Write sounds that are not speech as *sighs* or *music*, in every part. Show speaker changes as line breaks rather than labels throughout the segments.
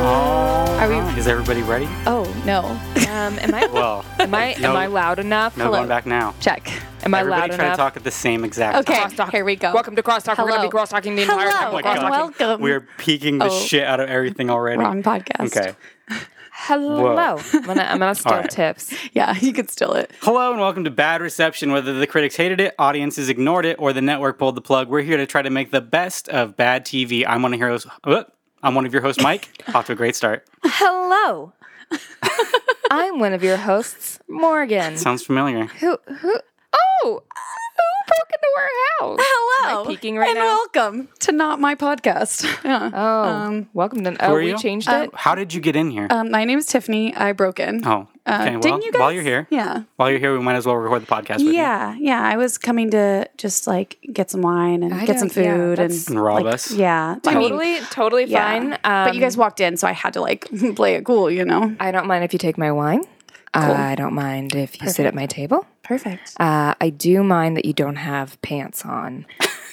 Are we?
Is everybody ready?
Oh no.
Um, am I
*laughs* Well,
am I
No.
am I loud enough?
no
Hello.
going back now.
Check.
Am I
everybody
loud
try to
enough?
talk at the same exact
Okay.
Crosstalk.
Here we go.
Welcome to crosstalk. We're gonna be
Hello.
crosstalking the entire
Hello,
time. We're
and
Oh God.
crosstalking.
welcome.
We're peeking the
Oh.
shit out of everything already.
Wrong podcast.
Okay.
Hello. I'm gonna I'm gonna steal
right.
tips.
Yeah, you could steal it.
Hello and welcome to Bad Reception. Whether the critics hated it, audiences ignored it, or the network pulled the plug, we're here to try to make the best of bad TV. I'm one of your hosts. uh, I'm one of your hosts, Mike. Off to a great start.
*laughs*
Hello. *laughs* I'm one of your hosts, Morgan.
Sounds familiar.
Who who Oh who broke into our house?
Hello.
Am I peeking right
and
now?
welcome to not my podcast. *laughs* Yeah.
Oh, welcome to. Oh,
are
we
you?
changed
Uh,
it.
How did you get in here?
Um, my name is Tiffany. I broke in.
oh, okay.
didn't
well,
you guys-
while you're here,
Yeah.
while you're here, we might as well record the podcast. With you.
Yeah, yeah. I was coming to just like get some wine and
I
get some
don't- yeah,
food
that's-
and,
And rob
like,
us.
Yeah, I mean,
Totally, totally
yeah.
fine. Um,
but you guys walked in, so I had to like *laughs* play it cool, you know.
I don't mind if you take my wine. Uh, I don't mind if you sit at my table.
Perfect.
Uh, I do mind that you don't have
*laughs*
pants on.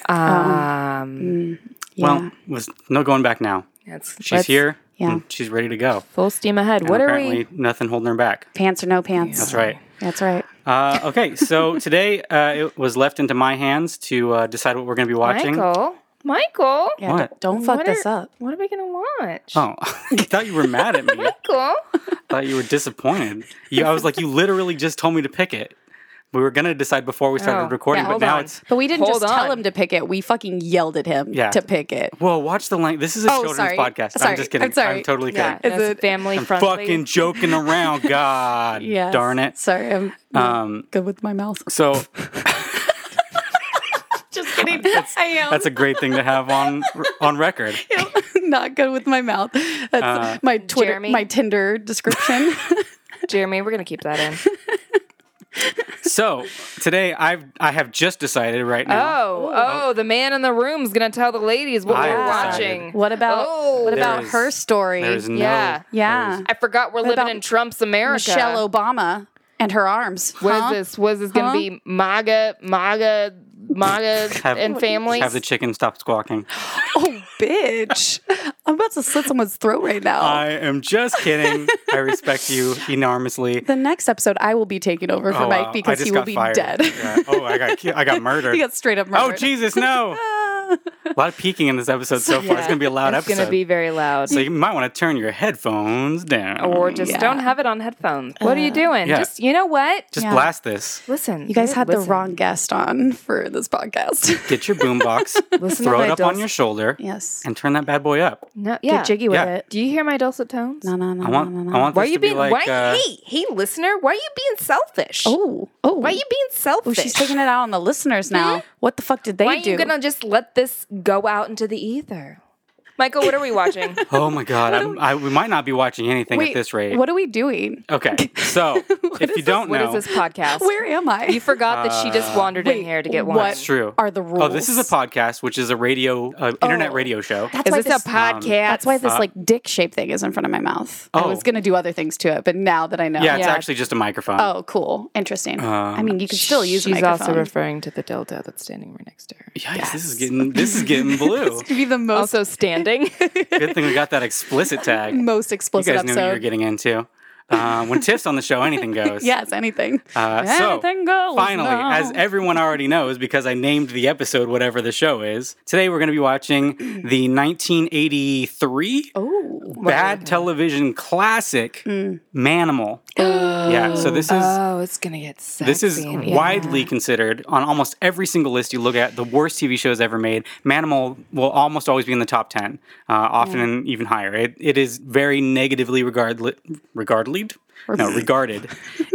Um,
Well, was no going back now.
that's-
She's
let's
here.
Yeah.
and She's ready to go.
Full steam ahead. What are
Apparently,
we?
nothing holding her back.
Pants or no pants.
That's right.
That's right.
Uh, okay,
*laughs*
so today uh, it was left into my hands to uh, decide what we're going to be watching.
Michael. Michael.
Yeah,
What?
d- Don't fuck
what
this
are-
up.
What are we gonna watch?
Oh, *laughs* I thought you were mad at me. I
Michael.
thought you were disappointed. You, I was like, you literally just told me to pick it. We were going to decide before we started
Oh,
recording,
yeah,
but
hold
now
on.
it's.
But we didn't
Hold
just tell
on.
him to pick it. We fucking yelled at him
Yeah.
to pick it.
Whoa, watch the language. This is a
Oh,
children's
sorry.
podcast. I'm
Sorry.
just kidding.
I'm sorry.
totally
Yeah.
kidding.
Is
that's
it-
family
I'm
friendly.
fucking joking
*laughs*
around. God
Yes.
darn it.
Sorry, I'm not
Um,
good with my mouth.
So
*laughs* Just kidding. I am
*laughs* that's a great thing to have on on record.
*laughs* not good with my mouth. That's
Uh,
my Twitter,
Jeremy?
my Tinder description.
*laughs*
Jeremy, we're gonna keep
*laughs*
that in.
So today I've I have just decided right now.
Oh, oh, the man in the room's gonna tell the ladies what
I
we're
decided.
watching.
what about
Oh,
what about
is-
her story?
There's no
Yeah.
yeah,
I forgot we're living
about
in Trump's America.
Michelle Obama and her arms.
What is
huh?
this? Was this gonna
Huh?
be MAGA, MAGA, MAGA,
*laughs* Have-
and families?
Have the chicken stop
*gasps*
squawking.
*laughs* Oh, bitch! *laughs* I'm about to slit someone's throat right now.
I am just kidding. I
*laughs*
respect you enormously.
the next episode, I will be taking over for
Oh,
Mike
wow. I
because
just
he will
got
be
fired.
dead. *laughs*
*laughs* Yeah. Oh, I got ki- I got murdered.
he got straight up
oh
murdered. *laughs*
Jesus, no! a lot of peeking in this episode so far. It's gonna be a loud
It's
episode.
gonna be very loud.
so you might want to turn your headphones down,
or just
Oh, Yeah.
don't have it on headphones. What are you doing?
yeah.
Just you know what?
just
Yeah.
blast this.
listen.
You guys had the
listen.
wrong guest on for this podcast.
Get your
*laughs*
boombox,
Listen to
throw
my
it up on
dulcet-
your shoulder,
yes. *laughs*
and turn that bad boy up.
No, yeah.
Get jiggy with
Yeah.
it.
Do you hear my dulcet tones?
No, no, no,
I want
no, no,
I
no.
want this
Why are you
to be
being?
like
why?
uh,
*laughs* hey, hey, listener. Why are you being selfish?
Oh, oh.
Why are you being selfish?
Oh, she's taking it out on the listeners now. What the fuck did they
why are
do?
you gonna just let this go out into the ether? Michael, what are
*laughs*
we watching?
Oh my god, I'm, I, we might not be watching anything
Wait,
at this rate.
What *laughs* are we doing?
Okay, so if you don't
what
know,
is this podcast?
Where am I?
*laughs* You forgot that she just wandered in here to get one.
what
It's true.
are the
Oh, this is a
rules?
podcast, which is a radio, uh, internet
Oh.
radio show.
That's
Is
why
this, a podcast?
That's why this like dick shaped thing is in front of my mouth. I
Uh, Oh.
was gonna do other things to it, but now that I know,
Yeah, it's
Yeah.
actually just a Uh, microphone.
Oh, cool, interesting. I mean, you can still use
She's
a microphone.
also
*laughs*
referring to the dildo that's standing right next to her.
Yikes, this is getting this is getting blue.
to be the most
Also standing.
Good thing we got that explicit tag. You
*laughs* most *laughs* explicit
guys knew
episode.
what you were getting into. Uh, when Tiff's on the show, anything goes.
yes, anything. *laughs*
Uh, so
Anything goes
finally,
now.
as everyone already knows, because I named the episode whatever the show is, today we're going to be watching
*clears throat*
the 1983
oh, Mm.
bad television classic
*gasps*
Manimal. Yeah, so this is
Uh,
oh, it's gonna get sexy.
This is
and-
widely considered on almost every single list you look at the worst TV shows ever made. Manimal will almost always be in the top 10, uh, often even higher. It, it is very negatively regarded, regarded? No, regarded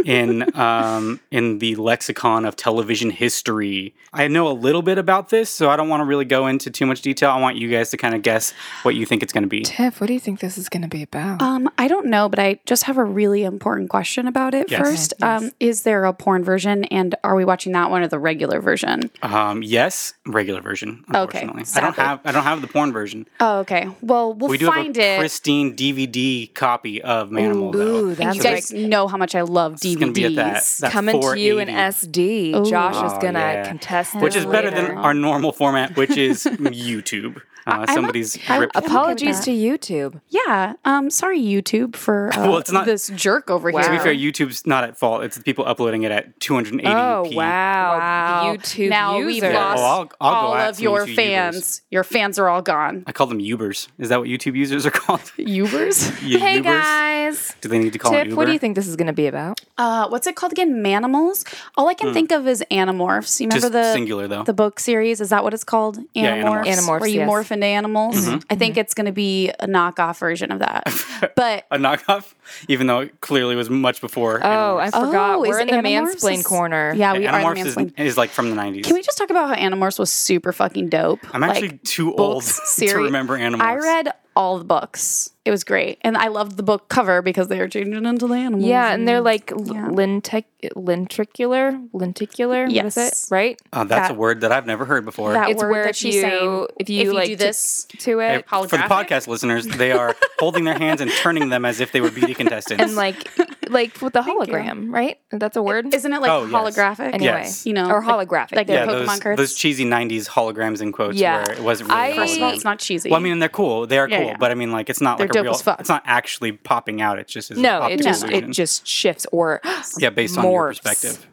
in um, in the lexicon of television history. I know a little bit about this, so I don't want to really go into too much detail. I want you guys to kind of guess what you think it's going to be.
Tiff, what do you think this is gonna be about?
Um, I don't know, but I just have a really important question about it
Yes.
first. Um, is there a porn version and are we watching that one or the regular version?
Um, yes, regular version.
Okay,
Unfortunately, I don't
sadly.
have I don't have the porn version.
Oh, okay. Well, we'll
We do
find
have a
it.
pristine DVD copy of Manimal, though.
Ooh, that's
you guys know how much I love DVDs.
It's gonna be at that, that
coming to you in
480,
SD. Josh is
Oh,
gonna
yeah.
contest,
which
this
is better
*laughs*
later.
than our normal format, which is YouTube. uh, somebody's ripped.
I'm okay with
Apologies
that.
to YouTube.
Yeah. Um. Sorry, YouTube, for
*laughs*
uh,
Well, it's not-
this jerk over here.
To be fair, YouTube's not at fault. It's the people uploading it at 280p.
Oh wow!
Wow.
YouTube
now
user.
we've lost
well, Oh, I'll- I'll go
all
at
of
some
your
YouTubers.
fans. Your fans are all gone.
I call them Ubers. Is that what YouTube users are *laughs* called?
Ubers.
*laughs* You
Hey
Ubers?
guys,
Do they need to call it
Tip.
Uber?
What do you think this is going to be about?
Uh, what's it called again? Manimals. All I can think of is Animorphs. You remember
Hmm. Just
the
singular though.
the book series? Is that what it's called? Animorphs.
Animorphs. Mm-hmm.
Animorphs,
Where you
yes. Mm-hmm.
morph into animals. I think it's going to be a knockoff version of
*laughs*
that. But
a knockoff, even though it clearly was much before.
Oh, I
Animorphs.
forgot.
Oh,
We're
is
in the
Animorphs
mansplain
is-
corner.
yeah, we
Yeah,
are in
Animorphs
the
is,
mansplain.
is like from the 90s.
Can we just talk about how Animorphs was super fucking dope?
I'm actually too old *laughs*
books,
to
seri-
remember Animorphs.
I read all the books. It was great, and I loved the book cover because they were changing into the animals.
Yeah, and they're like l-
Yeah.
lintec- lenticular, lenticular. What is
Yes.
it? Right?
Oh, that's
that-
a word that I've never heard before.
that
it's
word
where
that
if
she's
you-
saying.
if you, like,
do
to-
this,
To
Hey,
it,
for the
holographic?
podcast listeners, they are holding their hands and turning them as if they were
*laughs*
beauty contestants.
and like, like
*laughs*
with the
you.
hologram, right? That's a word.
isn't it like
Oh, yes.
holographic?
anyway,
Yes.
You know,
or
like-
holographic.
like
yeah,
the Pokemon
those,
cards.
those cheesy 90s holograms in quotes
Yeah.
where it wasn't really
I-
a
First of all,
hologram.
it's not cheesy.
Well, I mean, they're cool. They are
Yeah,
cool,
yeah.
but I mean, like, it's not
They're
like a
dope
real.
as fuck.
It's not actually popping out. It's just is a
no, it
optical
just it
illusion.
just shifts or *gasps*
yeah, based on your
morphs.
perspective.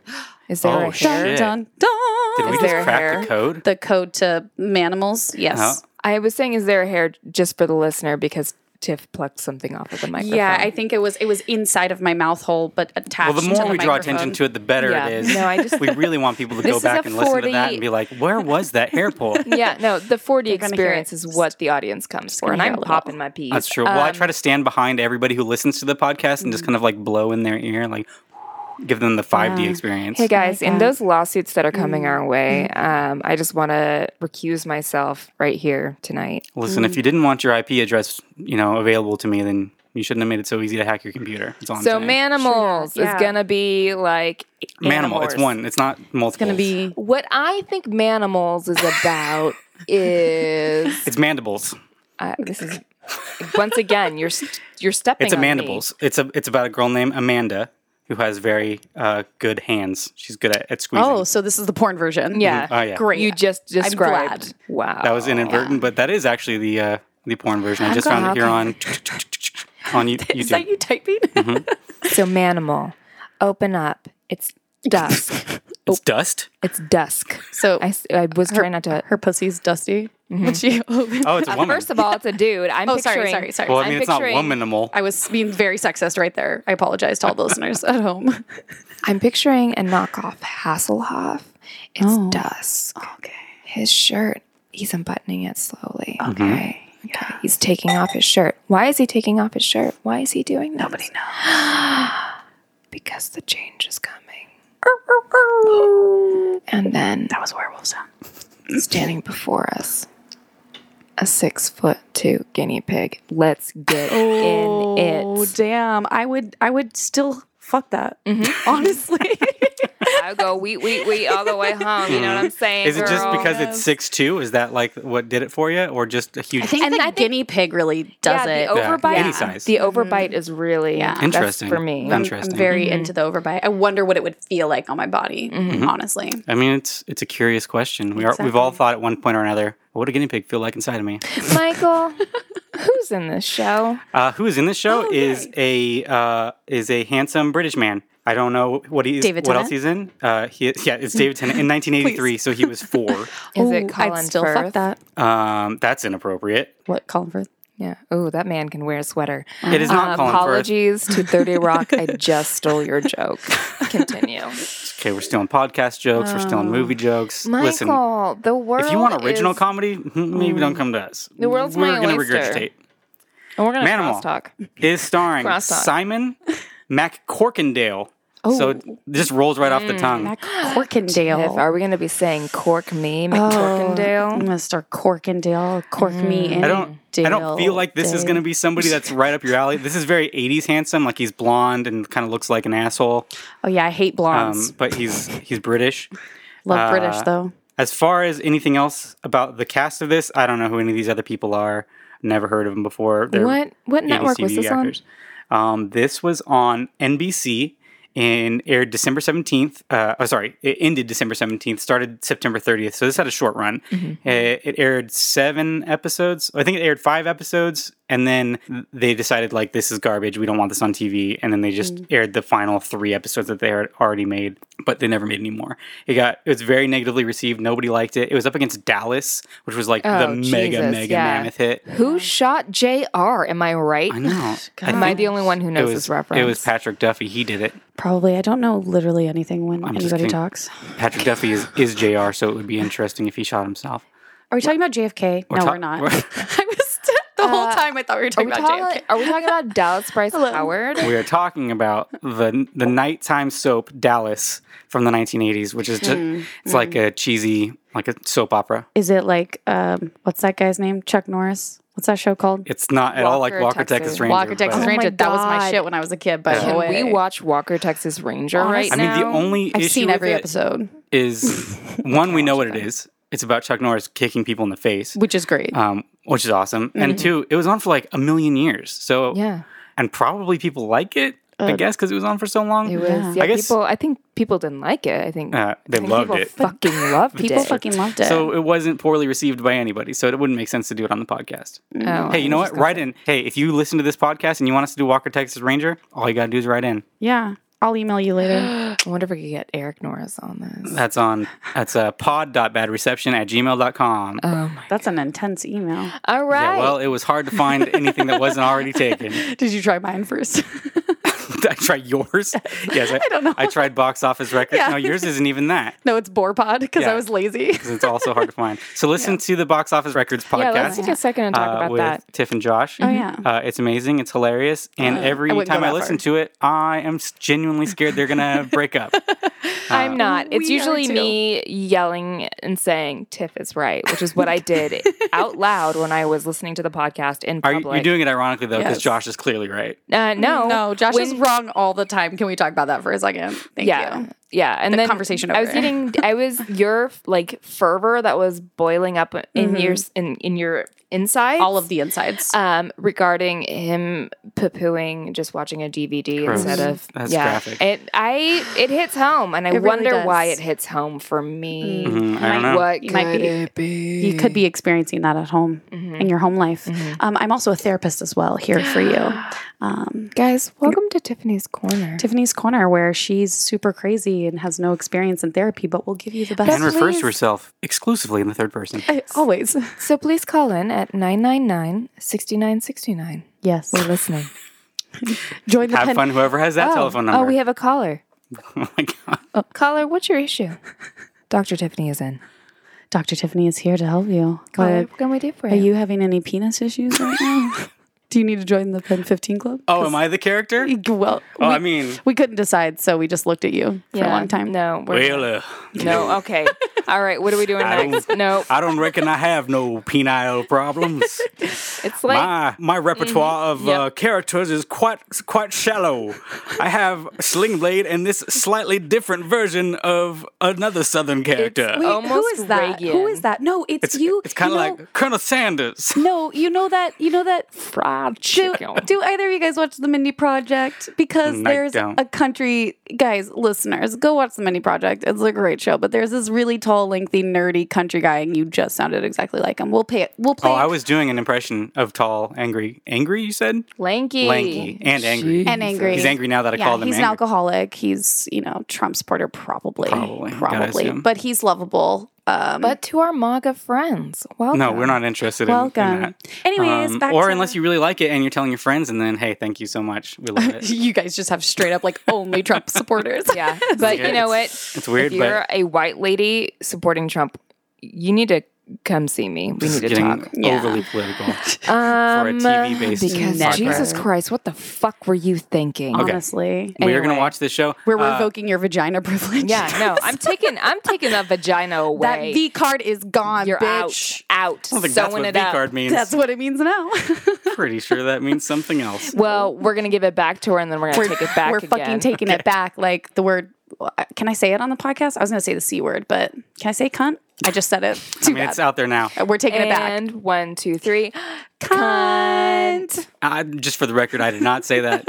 Is there
Oh,
a
shit.
dun,
hair?
dun, dun.
Did we
Is
just
there a
crack
hair?
the code?
the code to Manimals? Yes.
Oh.
I was saying, is there a hair just for the listener because Tiff plucked something off of the microphone?
Yeah, I think it was it was inside of my mouth hole, but attached.
Well, the more
to
we draw
microphone.
attention to it, the better
Yeah.
it is.
No, I
*laughs*
just-
we really want people to
*laughs* This
go
is
back
a
and listen to that
40
and be like, "Where was that hair pull?"
*laughs* yeah,
*laughs*
no, the 4D
gonna hear
experience
it.
is what the audience comes for,
gonna
and
hear
I'm
a little.
popping my peas.
That's true. well, I try to stand behind everybody who listens to the podcast and just kind of like blow in their ear, like give them the 5D experience.
Hey guys,
Mm-hmm.
in those lawsuits that are coming our way, um, I just want to recuse myself right here tonight.
Listen, if you didn't want your IP address, you know, available to me, then you shouldn't have made it so easy to hack your computer. That's all I'm
So,
saying.
Manimals
yeah.
is gonna be like
manimal. It's
animorphs.
one. It's not multiple.
Gonna be
What I think Manimals is about is
It's mandibles.
uh, this is once again you're st- you're stepping.
It's a
on me.
mandibles. It's a. It's about a girl named Amanda who has very uh, good hands. She's good at, at squeezing.
oh, so this is the porn version.
Yeah.
Oh, yeah.
great.
You just
glad.
described. Wow.
That was inadvertent, but that is actually the uh, the porn version. I just found it here on *laughs* on you- Mm-hmm.
is that
YouTube.
you typing?
so Manimal, open up. It's dusk.
It's dust.
it's dusk.
*laughs* So
I, s- I was trying not
*laughs*
to. Mm-hmm.
her pussy's dusty. When she *laughs* opens-
Oh, it's a woman.
First of all, it's a dude. I'm
oh, sorry, sorry,
picturing.
sorry.
well, I
I,
mean,
I'm
it's not
picturing-
womanimal.
was being very sexist right there. I apologize to all the listeners at home. *laughs*
I'm picturing a knockoff Hasselhoff. It's dusk.
Okay.
His shirt, he's unbuttoning it slowly. Okay. Okay. He's taking off his shirt. Why is he taking off his shirt? Why is he doing that? Nobody knows. *gasps* because the change is coming. and then that was werewolf sound. Standing before us, a six foot two guinea pig. Let's get in
Oh
it.
damn! I would I would still fuck that.
Mm-hmm.
Honestly,
I go wheat, wheat, wheat all the way home. You know what I'm saying?
Is it just
girl?
because it's six two? Is that like what did it for you, or just a huge?
and
the
the guinea pig really does
yeah,
it.
The overbite.
any size.
The overbite is really
Yeah.
that's
Interesting.
for me.
Interesting.
I'm very
Mm-hmm.
into the overbite. I wonder what it would feel like on my body. Honestly,
I mean, it's it's a curious question. We are we've all thought at one point or another. What would a guinea pig feel like inside of me?
*laughs* Michael, who's in this show?
Uh, who is in this show
Oh,
is a uh, is a handsome British man. I don't know what he's
David
what
Tennant?
else he's in. Uh, he, yeah, it's David
*laughs*
Tennant in 1983, so he was four.
Is
Ooh,
it Colin
I'd still
Firth?
fuck that.
Um, that's inappropriate.
What Colin
*gasps*
Firth?
Yeah. Oh, that man can wear a sweater. Uh,
It is not Colin Firth.
Apologies
*laughs*
to 30 Rock. I just stole your joke. Continue.
Okay, we're still in podcast jokes. we're still in movie jokes. Listen,
Michael, the world.
if you want original
Oh. is,
comedy, hmm, maybe don't come to us. The
world's
we're
my
gonna
oyster.
regurgitate.
and we're going to
Manimal.
crosstalk.
Is starring
Crosstalk.
Simon McCorkindale. Oh. So it just rolls right off the tongue.
Mac Corkindale.
If are we going to be saying cork me,
Oh,
McCorkindale?
Oh.
Mr. Corkindale, cork
Mm.
me in.
I don't. I don't feel like this is going to be somebody that's right up your alley. This is very '80s handsome, like he's blonde and kind of looks like an asshole,
Oh yeah, I hate
um,
blondes.
but he's he's British.
Love British
uh,
though.
As far as anything else about the cast of this, I don't know who any of these other people are. Never heard of them before. They're
What- what
80s
network was
TV
this on?
Um, this was on NBC and aired December 17th. Uh, oh, sorry, it ended December 17th, started September 30th. So this had a short run.
Mm-hmm.
It, it aired seven episodes. I think it aired five episodes. And then they decided, like, this is garbage. We don't want this on TV. And then they just
Mm.
aired the final three episodes that they had already made, but they never made any more. It got, it was very negatively received. Nobody liked it. It was up against Dallas, which was like the
Oh,
mega,
Jesus,
mega
yeah.
mammoth hit.
Who shot JR? Am I right?
I
*sighs*
know. I
Am I
think
the only one who
it
knows
was,
this reference?
it was Patrick Duffy. He did it.
Probably. I don't know literally anything when
I'm just
anybody
kidding.
talks.
Patrick Duffy is, is JR, so it would be interesting if he shot himself.
Are we talking about JFK? no,
ta-
we're not.
we're-
*laughs* I was the whole time I thought Uh, we were
Are
talking
we,
about
talking,
JFK.
are we talking *laughs* about Dallas Bryce Howard?
We are talking about the the nighttime soap Dallas from the 1980s, which is just it's like a cheesy like a soap opera.
Is it like um, what's that guy's name? Chuck Norris. What's that show called?
It's not at all like
Walker,
Walker Texas,
Texas.
Ranger.
Walker Texas
but-
Ranger.
my
that was Oh my
God.
shit when I was a kid. By
Can
the way,
we watch Walker Texas Ranger right
I
Honestly,
mean,
now?
the only
I've
issue
seen
with
every
it
episode,
is one we know what it is. It's about Chuck Norris kicking people in the face,
which is great.
um, which is awesome. And two, it was on for like a million years, so
Yeah.
and probably people like it. I guess because it was on for so long.
It was. Yeah.
I guess-
people. I think people didn't like it. I think
Uh, they
I think
loved
people
it.
Fucking loved
People
it.
fucking loved it.
So it wasn't poorly received by anybody. So it wouldn't make sense to do it on the podcast.
Oh,
Hey, you know what? Write in. Hey, if you listen to this podcast and you want us to do Walker Texas Ranger, all you gotta do is write in.
yeah, I'll email you later.
*gasps* I wonder if we could get Eric Norris on this.
That's on. That's uh, pod.badreception at gmail.com.
*gasps* Oh my.
That's an intense email.
All right.
Yeah, well, it was hard to find anything that wasn't already
*laughs*
taken. *laughs*
Did you try mine first? *laughs*
Did I try
*laughs*
yours? Yes, I,
don't know.
I tried box office records.
Yeah.
No, yours isn't even that.
no, it's Borepod because
Yeah.
I was lazy.
'cause It's also hard to find. So listen to the box office records podcast.
yeah, let's take a second and talk
uh,
about
with
that.
Tiff and
*laughs*
Josh.
Oh, yeah.
uh, it's amazing. It's hilarious. And every
I wouldn't go
time I
that
listen
far.
to it, I am s- genuinely scared they're gonna break up.
I'm not. It's
Uh, oh, we are
usually
too.
me yelling and saying Tiff is right, which is what I did out
*laughs*
loud when I was listening to the podcast in
Are
public.
you, you're doing it ironically though, because
Yes.
Josh is clearly right.
uh, no,
Mm, No, Josh
When-
is wrong all the time. Can we talk about that for a second? Thank
yeah,
you.
yeah. And then
conversation
I was
over. *laughs*
getting. I was your like fervor that was boiling up in your in in your inside.
Mm-hmm. All of the insides.
um, regarding him poo-pooing just watching a DVD
Gross.
instead of
That's
yeah.
graphic.
It I it hits home, and I
really
wonder why
does.
it hits home for me.
Mm, I don't know.
What
You might
could mm-hmm.
be-
it be? Mm-hmm.
you could be experiencing that at home in your home life. Um, I'm also a therapist as well here for
*gasps*
you. Um,
Guys, welcome to Tiffany's Corner.
Tiffany's Corner, where she's super crazy and has no experience in therapy, but will give you the best.
and refers
please.
to herself exclusively in the third person.
*laughs* I- always.
so please call in at 999-6969.
Yes.
We're *laughs* listening.
Join the
Have
pen-
fun, whoever has that telephone number.
oh, we have a caller.
*laughs* oh my god.
Caller, what's your issue? *laughs* Dr. Tiffany is in.
Dr. Tiffany is here to help you.
Caller,
But
what can we do for
are
you?
you having any penis issues right now? *laughs* Do you need to join the Pen 15 Club?
Oh, am I the character?
*laughs* Well,
Oh,
we,
I mean,
we couldn't decide, so we just looked at you for a long time.
No, we're,
well, uh,
no. *laughs* Okay. All right. What are we doing
I don't-
next? No,
I don't reckon I have no penile problems.
it's like
my my repertoire of uh,
Yep.
characters is quite quite shallow. I have Sling Blade and this slightly different version of another Southern character.
Wait,
Almost
who is that? Who
Reagan.
is that? No, it's, you.
it's kind of
you know-
like Colonel Sanders.
No, you know that. You know that.
fried
Do,
chicken.
do either of you guys watch the Mindy Project? Because
Mm, I
there's
don't.
a country guys, listeners, go watch the Mindy Project. It's a great show. But there's this really tall, lengthy, nerdy country guy, and you just sounded exactly like him. We'll pay it. We'll play.
Oh,
it.
I was doing an impression of tall, angry, angry. You said
Lanky.
lanky and angry.
and angry.
He's angry now that I
yeah,
called him
he's an
angry.
alcoholic. He's you know Trump supporter, probably,
Probably. Gotta
probably.
assume.
But he's lovable. Um,
But to our MAGA friends, welcome.
No, we're
*laughs*
not interested in- in,
welcome.
that.
Anyways,
Um,
back
or
to-
unless you really like it and you're telling your friends, and then hey, thank you so much, we love
*laughs*
it.
you guys just have straight up like only
*laughs*
Trump supporters.
*laughs*
Yeah, but you know what?
It's weird,
if you're
but
a white lady supporting Trump, you need to come see me. We need to
getting
talk.
Yeah.
overly political.
Um,
a TV-based
because
podcast.
Jesus Christ, what the fuck were you thinking?
Honestly,
We're gonna
Anyway.
watch this show.
we're
Uh,
revoking your vagina privilege.
Yeah, no, I'm taking I'm taking that vagina
*laughs* that
away.
V card is gone.
you're
bitch.
out, out,
I don't think that's
sewing
what
it
V
up.
card means.
That's what it means
*laughs*
now.
Pretty sure that means something else.
Well, we're gonna give it back to her, and then we're gonna
we're
take it back.
we're
again.
fucking taking it back. Like the word. uh, Can I say it on the podcast? I was going to say the c word, but can I say cunt? I just said it. Too
I mean, it's
bad.
out there now.
We're taking it back.
*gasps* And one, two, three.
Cunt.
I, just for the record, I did not say that.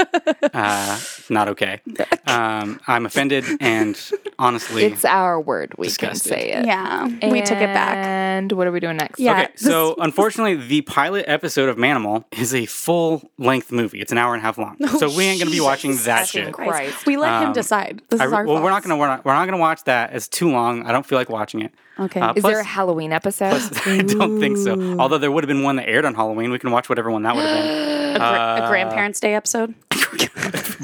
uh, not okay. Um, I'm offended and honestly.
It's our word. We
Disgusted.
can say it.
Yeah, we took it back.
And what are we doing next?
Yeah.
Okay,
this-
so unfortunately, the pilot episode of Manimal is a full length movie. It's an hour and a half long. so we ain't gonna be watching that
fucking
shit.
Christ. Christ.
We let him
Um,
decide. This
I-
is our
well,
fault.
we're not gonna we're not, we're not gonna watch that. It's too long. I don't feel like watching it. *laughs*
Okay.
Uh,
Is there a
plus-
Halloween episode?
I don't think so. Although there would have been one that aired on Halloween. We can watch whatever one that would have
a, gra- a
Uh,
grandparents' day episode.
been.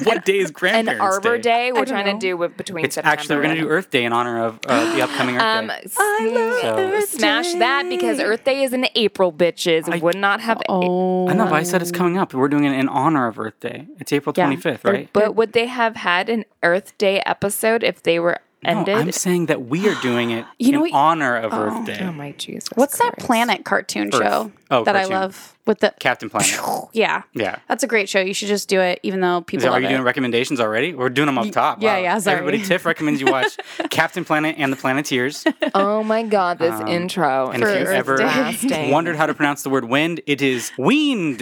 what day is
An
Grandparents
Arbor Day. We're
don't
trying
know.
to do with between
It's
September.
actually we're gonna do Earth Day in honor of uh, the upcoming Earth
Um,
Day.
s-
So- Earth
smash that because Earth Day is in April, bitches.
I-
would not have.
Oh,
I know, but I said it's coming up. We're doing it in honor of Earth Day. It's April
Yeah.
twenty fifth, right?
But would they have had an Earth Day episode if they were
No,
ended?
I'm saying that we are doing it
You know
in
what-
honor of Earth Day.
oh my Jesus!
What's that
Christ.
planet cartoon
Earth.
show
Oh,
that
cartoon.
I love? With the
*laughs* Captain Planet.
yeah,
Yeah.
that's a great show. You should just do it, even though
Is
people
that, are
love
you
it.
doing recommendations already? We're doing them up top.
yeah, yeah, sorry.
Everybody, Tiff recommends you watch Captain Planet and the Planeteers.
Oh my God! This intro.
Um, And if you
Earth
ever *laughs*
Day.
wondered how to pronounce the word wind, it is weaned.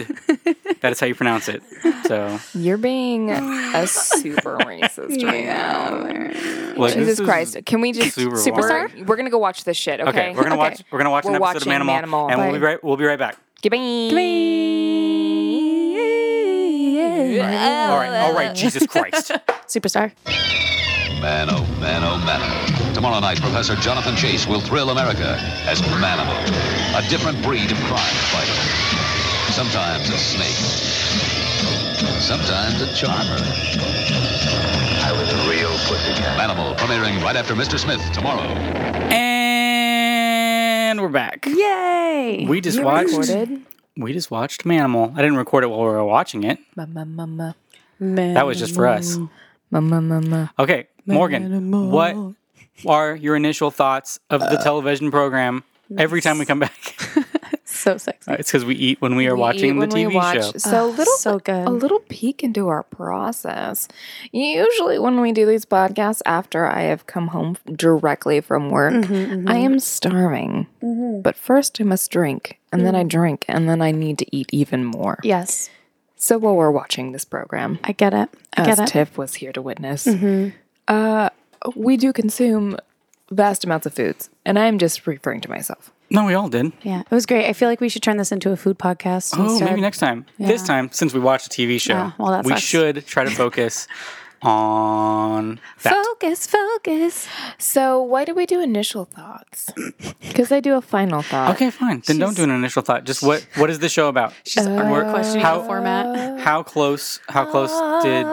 that is how you pronounce it. So,
You're being a super *laughs* racist right now.
like, this
Jesus
is-
Christ! Can we just
super
superstar? We're, gonna go watch this shit. Okay,
Okay, we're gonna watch. We're gonna watch an episode of
watching
Manimal,
Manimal.
and we'll be right. We'll be right back.
Goodbye.
All right, all right. Jesus Christ.
Superstar.
Man, oh man, oh manimal. Tomorrow night, Professor Jonathan Chase will thrill America as manimal, a different breed of crime fighter. Sometimes a snake, sometimes a charmer. I was a real pussycat. Manimal, premiering right after Mr. Smith tomorrow.
and we're back.
Yay!
We just
You
watched.
recorded?
We just watched Manimal. I didn't record it while we were watching it.
Ma ma ma ma
That was just for us.
ma ma ma ma.
Okay, Morgan, what are your initial thoughts of the television program every time we come back? *laughs*
so sexy.
it's because we eat when we are
We eat
watching the
when we
TV
watch,
show.
So little,
Ah, so good.
A little peek into our process. Usually, when we do these podcasts after I have come home directly from work,
Mm-hmm,
I am starving. But first, I must drink, and then I
Mm-hmm.
drink, and then I need to eat even more.
Yes,
So while we're watching this program,
I get it. I
as
get it. Mm-hmm.
Tiff was here to witness, uh, we do consume vast amounts of foods, and I'm just referring to myself.
No, we all did.
Yeah, it was great. I feel like we should turn this into a food podcast.
Oh,
instead.
maybe next time. This time, since we watched a TV show,
Yeah, well, that
we
sucks.
should try to focus on that.
Focus, focus.
So why do we do initial *clears throat* thoughts? Because I do a final thought.
Okay, fine. Then don't do an initial thought. Just what what is the show about?
She's
We're-
questioning
how,
the format.
How close how close did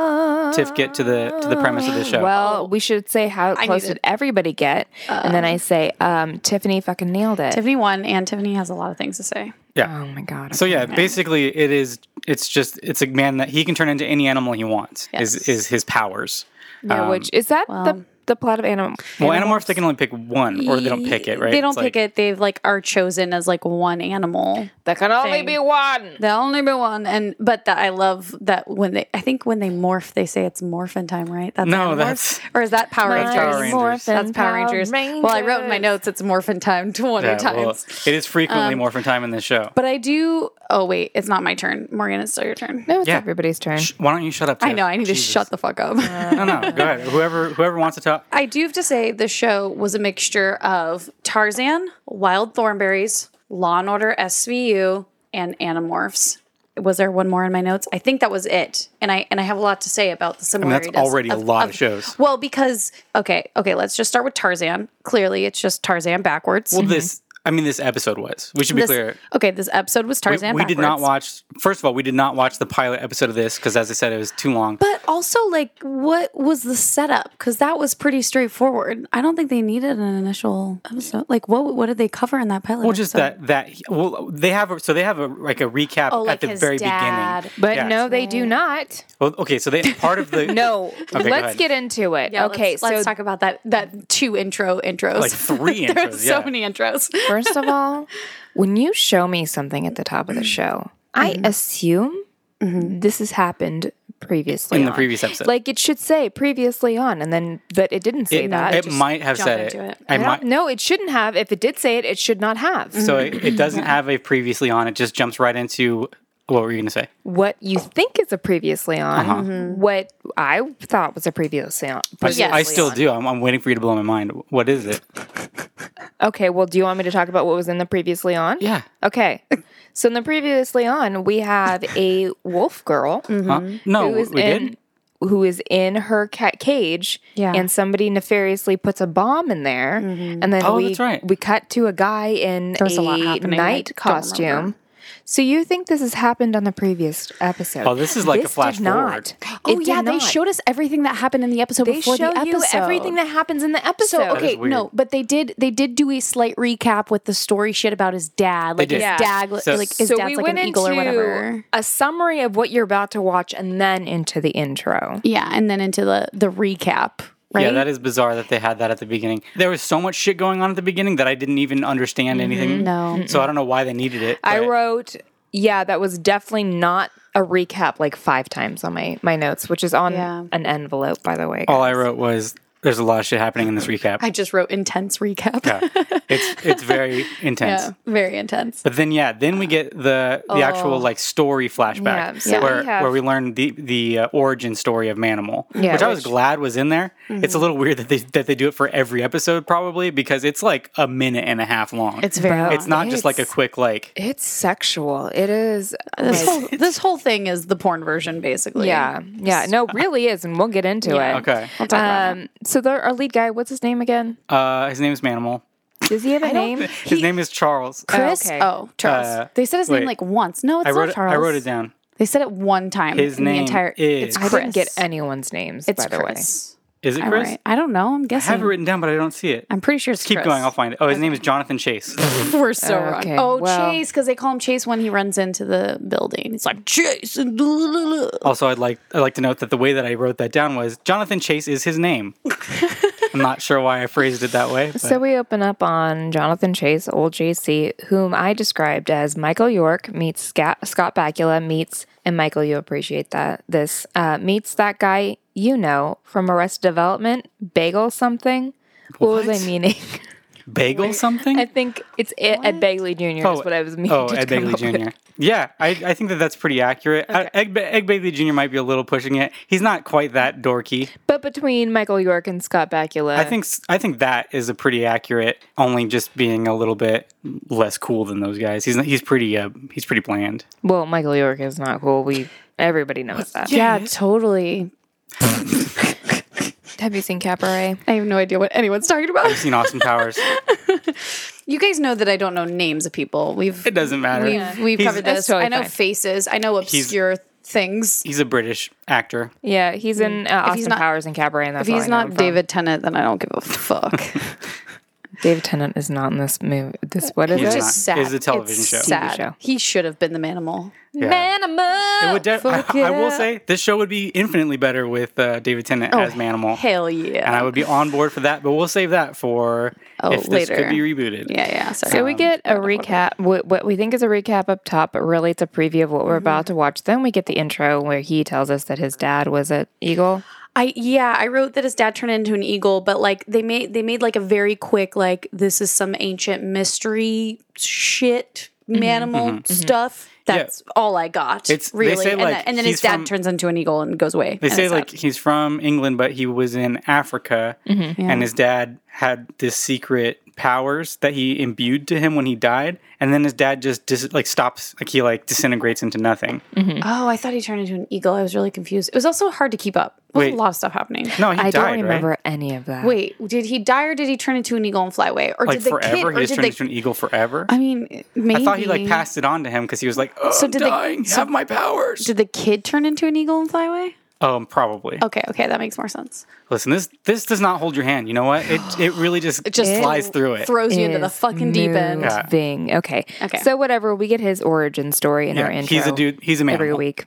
Tiff get to the to the premise of the show?
Well, we should say how close
need
did everybody get, and then I say, um, Tiffany fucking nailed it.
Tiffany won, and Tiffany has a lot of things to say.
oh my god.
So yeah, basically it is it's just it's a man that he can turn into any animal he wants. Is
Yes.
is his powers.
yeah, which is that the the plot of Animal?
Well, Animorphs they can only pick one or they don't pick it, right?
They don't
It's
pick
like-
it. They've like are chosen as like one animal.
There can only
thing.
be one.
The only but one, and but that I love that when they, I think when they morph, they say it's morphin time, right? That's
No,
Animorphs?
that's-
or is that Power
That's Power
Rangers?
Rangers.
That's Power Rangers. Well, I wrote in my notes it's morphin time *laughs* twenty
Yeah,
times. Um,
well, it is frequently morphin time in this show.
But I do. Oh wait, it's not my turn. Morgan, it's still your turn.
No, it's
Yeah.
everybody's turn.
Sh- Why don't you shut up? Tiff?
I know. I need to shut the fuck *laughs* up.
No, no. Go ahead. Whoever whoever wants to talk.
I do have to say the show was a mixture of Tarzan, Wild Thornberries, Law and Order SVU, and Animorphs. Was there one more in my notes? I think that was it. And I and I have a lot to say about the
mean, that's
similarities.
already a lot of shows.
Well, because okay, okay, let's just start with Tarzan. Clearly, it's just Tarzan backwards.
Well, this I mean, this episode was. We should be
Mm-hmm. This-
clear.
okay, this episode was
We,
Tarzan.
we did not
backwards.
watch. First of all, we did not watch the pilot episode of this because, as I said, it was too long.
But also, like, what was the setup? Because that was pretty straightforward. I don't think they needed an initial episode. Like, what what did they cover in that pilot?
well, just
episode?
that that well, they have a, so they have a like a recap
Oh, like
at the
his
very
dad.
beginning.
But
Yes.
no, they do not.
Well, okay, so they part of the
*laughs* No,
go
let's
ahead.
get into it.
Yeah,
okay,
let's,
so
let's talk about that. That two intro intros, *laughs*
Like three
There's
intros,
so
yeah.
many intros.
First of all, when you show me something at the top of the show, I assume this has happened previously
In the
on.
previous episode.
Like it should say previously on, and then but it didn't say
it,
that.
it might have
jump
said it.
into it.
I
I don't-
might.
no, it shouldn't have. If it did say it, it should not have.
So it, it doesn't have a previously on. It just jumps right into what were you going to say?
what you think is a previously on, what I thought was a previously on.
Uh-huh. I, I
Previously
still
on.
do. I'm, I'm waiting for you to blow my mind. What is it?
Okay, well, do you want me to talk about what was in the previously on?
Yeah.
Okay. *laughs* So in the previously on, we have a wolf girl
Huh? No,
Mm-hmm. who is
we
in
did.
who is in her cat cage,
Yeah.
and somebody nefariously puts a bomb in there, and then
Oh,
we
that's right.
we cut to a guy in
There's a lot happening, I
night
don't
costume.
remember.
So you think this has happened on the previous episode?
Oh, this is like a flash
did
forward.
not.
Oh
It did
yeah, they
not.
showed us everything that happened in the episode
They
before
show
the episode.
you everything that happens in the episode.
So
is
okay,
weird.
no, but they did they did do a slight recap with the story shit about his dad, like
did.
his
Yeah.
dad,
So-
like his dad's like an eagle or whatever.
a summary of what you're about to watch, and then into the intro.
Yeah, and then into the the recap, right?
Yeah, that is bizarre that they had that at the beginning. There was so much shit going on at the beginning that I didn't even understand anything.
No.
So I don't know why they needed it.
Mm-hmm. I
but-
wrote, yeah, that was definitely not a recap like five times on my, my notes, which is on
Yeah.
an envelope, by the way.
All Oh, I wrote was there's a lot of shit happening in this recap.
I just wrote intense recap.
yeah. It's
*laughs*
it's very intense.
Yeah, *laughs* very intense.
But then yeah, then we get the the actual like story flashback
Oh. Yeah, so
where
we have-
where we learn the the uh, origin story of Manimal,
Yeah,
which I was
which- Mm-hmm.
glad was in there. It's a little weird that they that they do it for every episode probably because it's like a minute and a half long.
It's very
But-
long.
it's not just like a
it's-
quick like
It's sexual. It is.
this
like-
whole this whole thing is the porn version basically.
*laughs* yeah. Yeah. No, it really is. And we'll get into
Yeah.
it.
okay.
We'll talk about
Um, so the, our lead guy, what's his name again?
Uh, his name is Manimal.
Does he have a name?
His name is Charles.
it. Chris.
okay.
Oh, Charles.
Uh,
they said his
wait.
name like once. No, it's
I wrote
not
it,
Charles.
I wrote it down.
They said it one time.
His
in
name
the entire.
is-
it's
I
Chris.
I didn't get anyone's names,
It's
by the way.
Chris.
Is it
All
Chris?
right. I don't know. I'm
I have
guessing.
it written down, but I don't see it.
I'm pretty sure it's
Keep
Chris.
going. I'll find it. Oh, his name is Jonathan Chase.
We're so
okay,
wrong. Oh,
well-
Chase, because they call him Chase when he runs into the building. It's like Chase. and blah, blah, blah.
Also, I'd like I'd like to note that the way that I wrote that down was Jonathan Chase is his
*laughs*
name. I'm not sure why I phrased it that way. But
So we open up on Jonathan Chase, old JC, whom I described as Michael York meets Sca- Scott Bakula meets, and Michael, you appreciate that this uh, meets that guy you know from Arrested Development, Bagel something. What, was
What?
I meaning? *laughs*
bagel something?
I think it's it, Ed Bagley Jr. is what I was meaning.
Oh,
to
Ed
come
Bagley
up with.
Jr. Yeah, I, I think that that's pretty accurate. I- Ed, Ba- Ed Bagley Jr. might be a little pushing it. He's not quite that dorky.
But between Michael York and Scott Bakula,
I think s- I think that is a pretty accurate. Only just being a little bit less cool than those guys. He's he's pretty uh, he's pretty bland.
well, Michael York is not cool. We everybody knows that.
Yeah, totally.
Have you seen Cabaret?
I have no idea what anyone's talking about.
I've *laughs* seen Austin
*laughs*
Powers.
You guys know that I don't know names of people. We've
It doesn't matter.
we've we've
He's-
covered this.
totally
I know
fine.
faces. I know obscure things.
He's a British actor.
Yeah, he's
Hmm.
in uh, Austin
he's not-
Powers and Cabaret. And that's
If he's
all I know
not
him from.
David Tennant, then I don't give a fuck.
*laughs*
David Tennant is not in this movie. This what is
He is
it?
It's
not.
just sad.
It is a television
It's
show. TV
Sad.
show.
He should have been the manimal.
Yeah.
Manimal.
It would def- I, I will say this show would be infinitely better with uh, David Tennant as Manimal,
Oh, Hell yeah.
and I would be on board for that. But we'll save that for
Oh,
if this could
later.
be rebooted.
yeah, yeah. Sorry.
So we get a recap. What, what we think is a recap up top, but really it's a preview of what
Mm-hmm.
we're about to watch. Then we get the intro where he tells us that his dad was an eagle.
I yeah, I wrote that his dad turned into an eagle, but like they made they made like a very quick like this is some ancient mystery shit manimal stuff. That's all I got.
Mm-hmm. It's- they
really
say,
and,
like,
then, and then his
he's
dad
from-
turns into an eagle and goes away.
They say like he's from England, but he was in Africa,
Mm-hmm.
and his dad had this secret powers that he imbued to him when he died, and then his dad just dis- like stops, like he like disintegrates into nothing.
Oh, I thought he turned into an eagle. I was really confused. It was also hard to keep up. There was
Wait.
a lot of stuff happening.
No, he
I
died.
don't remember
Right?
any of that.
Wait, did he die or did he turn into an eagle and fly away? Or
Like
did the
forever,
kid
he
or
just
did
turned
the,
into an eagle forever.
I mean, maybe
I thought he like passed it on to him because he was like, "Oh,
So
I'm
did they-
dying. have my powers."
Did the kid turn into an eagle and fly away?
um, probably.
Okay, okay, that makes more sense.
Listen, this this does not hold your hand. You know what? It it really just it just flies through it.
Throws you into the
Is
fucking deep end.
Yeah.
Moving. Okay.
Okay.
So whatever, we get his origin story in our
yeah,
intro.
he's a dude. He's a man.
every week.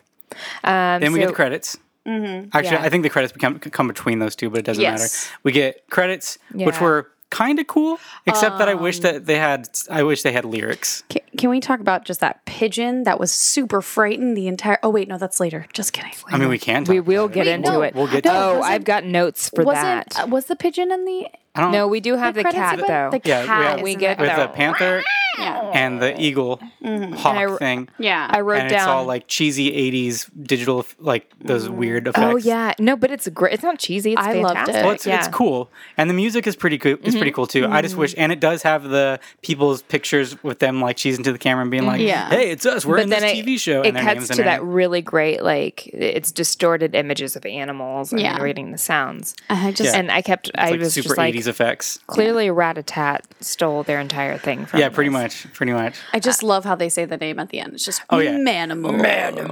Um,
Then we get
so- mm-hmm.
the credits. Actually,
Yeah.
I think the credits become, come between those two, but it doesn't
Yes.
matter. We get credits, which
Yeah. Um,
were kind of cool, except that I wish that they had I wish they had lyrics.
Can, can we talk about just that pigeon that was super frightened the entire? Oh wait, no, that's later. Just kidding.
I mean, we can. Talk
We will
about
get
it.
into
no.
it.
We'll get to it.
oh,
wasn't-
I've got notes for
wasn't
that.
uh, was the pigeon in the?
I don't,
no, we do have the,
credits
cat
but
though.
The
Yeah,
cat
yeah,
is
we
in
get
there.
with the panther
Yeah.
and the eagle hawk
Mm-hmm. And I-
thing.
Yeah.
I wrote
and
down.
it's all like cheesy '80s digital, f- like those weird effects.
oh yeah, no, but it's great. It's not cheesy. It's
I loved it.
fantastic.
Well, it's,
yeah. Mm-hmm.
it's cool, and the music is pretty cool. It's pretty cool too. I just wish, and it does have the people's pictures with them like cheesing to the camera and being like,
Yeah.
"Hey, it's us. We're in this
it,
TV show."
It
and their
cuts
names
to
in there.
that really great, like it's distorted images of animals and
Yeah.
reading the sounds.
I just
And I kept, I
like
was
super
just like,
'80s effects.
clearly Ratatat stole their entire thing from.
Yeah, pretty
this.
much, pretty much.
I just love how they say the name at the end. It's just
Oh, yeah.
Manimal.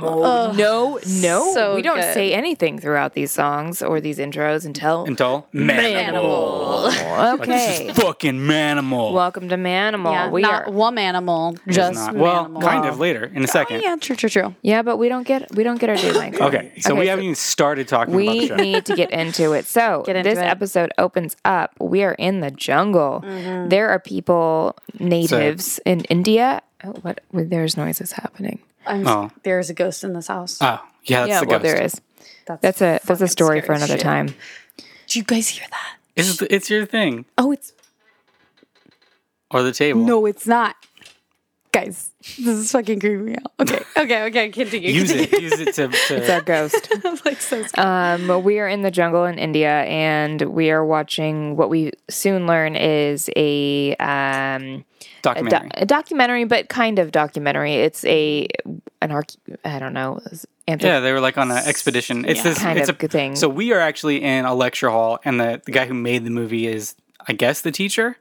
Oh, no, no,
so
we don't
good.
say anything throughout these songs or these intros until.
Until manimal, Like, this
okay,
is fucking manimal.
welcome to Manimal.
Yeah,
we
not
are.
one animal,
It's
just
not.
manimal.
well, kind of later in a
Oh,
second.
yeah, true, true, true.
Yeah, but we don't get we don't get our
*coughs*
due, Michael.
Okay, so we haven't even started talking about the
We
show.
need to get into it. So
Get into
this
it.
episode opens up. We are in the jungle. There are people, natives in India. Oh, what? well, there's noises happening.
I'm,
Oh.
There's a ghost in this house.
oh, yeah, that's
yeah,
the
well,
ghost.
there is. That's a that's a
fucking
story for
scary
another
shit.
time.
Did you guys hear that?
It's, it's your thing
Oh, it's
or the table.
no, it's not. Guys, this is fucking creeping me out. Okay, okay, okay. Continue.
use
continue.
it. Use it to.
*laughs* It's
to
our ghost.
*laughs* I'm like so scared.
Um, we are in the jungle in India, and we are watching what we soon learn is a um, a,
documentary.
doc- a documentary, but kind of documentary. It's a an arch- I don't know. Anthrop-
Yeah, they were like on an expedition. It's this
Kind
it's
of
a,
good thing.
So we are actually in a lecture hall, and the, the guy who made the movie is, I guess, the teacher,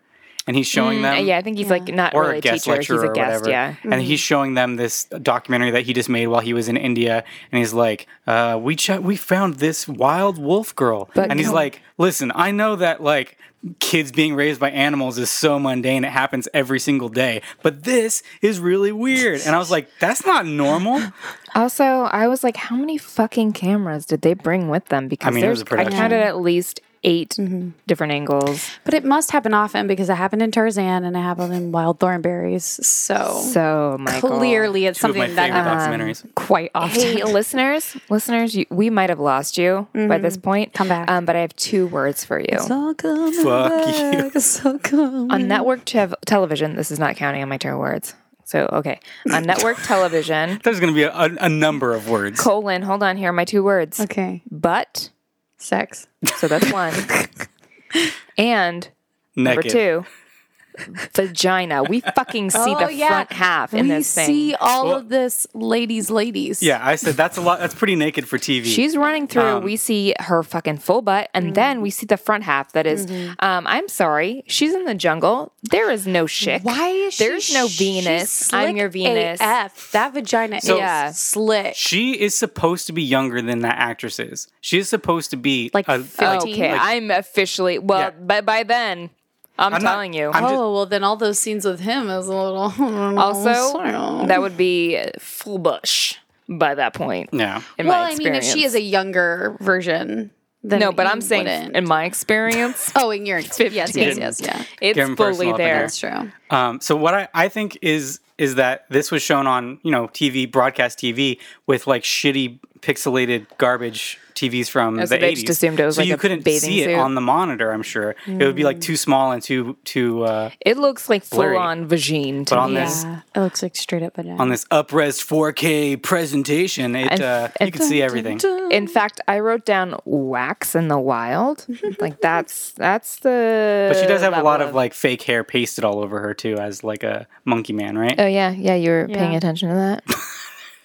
and he's showing
Uh,
them.
yeah, I think he's like not
Or
really
a
a
guest
teacher. He's
lecturer
a
or
guest.
whatever,
Yeah. Mm.
and he's showing them this documentary that he just made while he was in India, and he's like, uh, "We ch- we found this wild wolf girl,"
But
and he's
no-
like, "Listen, I know that like kids being raised by animals is so mundane; it happens every single day, but this is really weird." And I was like, "That's not
*laughs*
normal."
Also, I was like, how many fucking cameras did they bring with them? Because
mean, it
there's,
was a
I
production.
counted at least 8 different angles.
But it must happen often because it happened in Tarzan and it happened in Wild Thornberries. So,
So, Michael.
clearly, it's
Two of my
something that
favorite
um,
happens
documentaries.
quite often.
Hey, listeners, listeners, you, we might have lost you by this point.
Come back.
Um, but I have two words for you.
So come
Fuck
back, *laughs* so come.
on network tev- television, this is not counting on my two words. So, okay. On network *laughs* television,
There's going to be a, a, a number of words.
colon, hold on here, are my two words.
Okay,
But,
sex.
so that's *laughs* one. and Number
Naked.
two, vagina. We fucking see
Oh,
the
yeah.
front half in
we
this thing.
see all
Well-
of this, ladies, ladies.
Yeah, I said that's a lot. That's pretty naked for TV.
She's running through. we see her fucking full butt, and then we see the front half. That is, um, I'm sorry, she's in the jungle. There is no shit.
Why is she-
There's no
she's
Venus. I'm
slick
your Venus.
AF. That vagina
So-
is
Yeah.
slick.
she is supposed to be younger than that actress is. She is supposed to be
Like
a,
15.
Okay, I'm officially well,
Yeah.
but by then, I'm,
I'm not-
telling you.
I'm
oh
just-
well, then all those scenes with him is a little. *laughs*
also, that would be full bush by that point.
yeah.
In
well,
my
I mean, if
experience.
she is a younger version, then
no, but
you
I'm saying
wouldn't.
in my experience.
oh, in your experience, yes, yes,
15.
yes, yeah,
It's
Give him
fully
personal opinion.
there.
that's true.
Um, so what I, I think is is that this was shown on you know TV broadcast TV with like shitty pixelated garbage TVs from
so
the
they
80s.
just assumed it was
so
like
you
a
couldn't
bathing
see
suit.
it on the monitor. I'm sure it would be like too small and too too uh,
It looks like
Blurry.
full on vagine to
But on
me.
this-
Yeah, it looks like straight up vagina.
on this upres 4K presentation. It
And-
uh, you
and-
could
*laughs*
see everything.
In fact, I wrote down wax in the *laughs* wild. like that's that's the.
But she does have a lot
level
of like fake hair pasted all over her too, as like a monkey man, right?
Oh yeah, yeah. You were paying
Yeah.
attention to *laughs* that.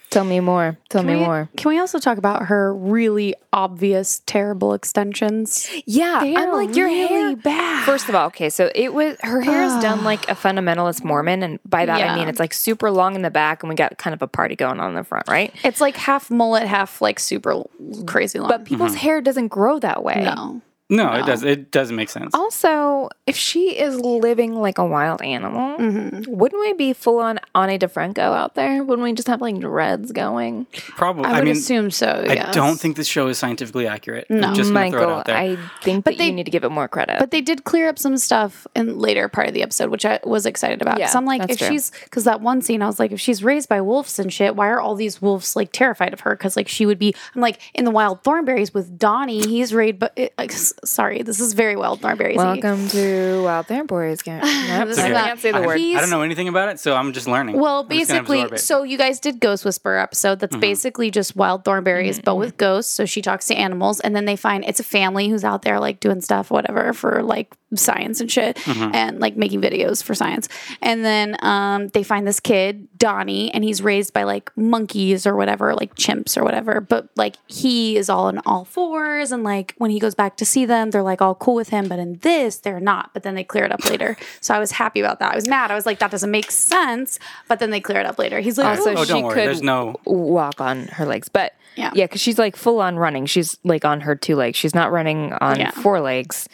Tell me more. Tell me
Can we-
more.
Can we also talk about her really obvious, terrible extensions?
Yeah,
They
I'm
are
like your hair.
really bad.
First of all, okay, so it was her hair is done like a fundamentalist Mormon, and by that I
Yeah.
mean it's like super long in the back, and we got kind of a party going on in the front, right?
It's like half mullet, half like super l- crazy long.
But people's hair doesn't grow that way.
no,
No, it does. It doesn't make sense.
Also, if she is living like a wild animal,
Mm-hmm.
wouldn't we be full on Ani DeFranco out there? Wouldn't we just have like dreads going?
Probably.
I
I,
would
mean,
assume so.
I
yes.
don't think this show is scientifically accurate. No, just gonna throw it
Michael,
out there.
I think that you need to give it more credit.
But they did clear up some stuff in later part of the episode, which I was excited about.
Yeah,
so I'm like,
that's
if
true.
she's because that one scene, I was like, if she's raised by wolves and shit, why are all these wolves like terrified of her? Because like she would be. I'm like in the wild thornberries with Donnie. He's raised, but it, like, s- sorry, this is very wild thornberries.
Welcome to Wild Thorn
*laughs*
Boys. Game. Nope,
This
I
is not-
can't say the
I,
word.
I
He's-
don't know anything about it, so I'm just learning.
Well,
I'm just gonna absorb
basically,
it. Mm-hmm.
so you guys did Ghost Whisperer episode. That's basically just wild thornberries, but with ghosts. So she talks to animals, and then they find it's a family who's out there like doing stuff, whatever, for like science and shit,
Mm-hmm.
and like making videos for science. And then um, they find this kid Donnie, and he's raised by like monkeys or whatever, like chimps or whatever. But like he is all in all fours, and like when he goes back to see them, they're like all cool with him. But in this, they're not. But then they clear it up later. So I was happy about that. I was mad. I was like, that doesn't make sense. But then they clear it up later. He's like,
Also,
"Ooh."
oh,
she
don't worry.
could-
There's no.
walk on her legs. But
Yeah.
yeah, because she's like full on running. She's like on her two legs. She's not running on
Yeah.
four legs.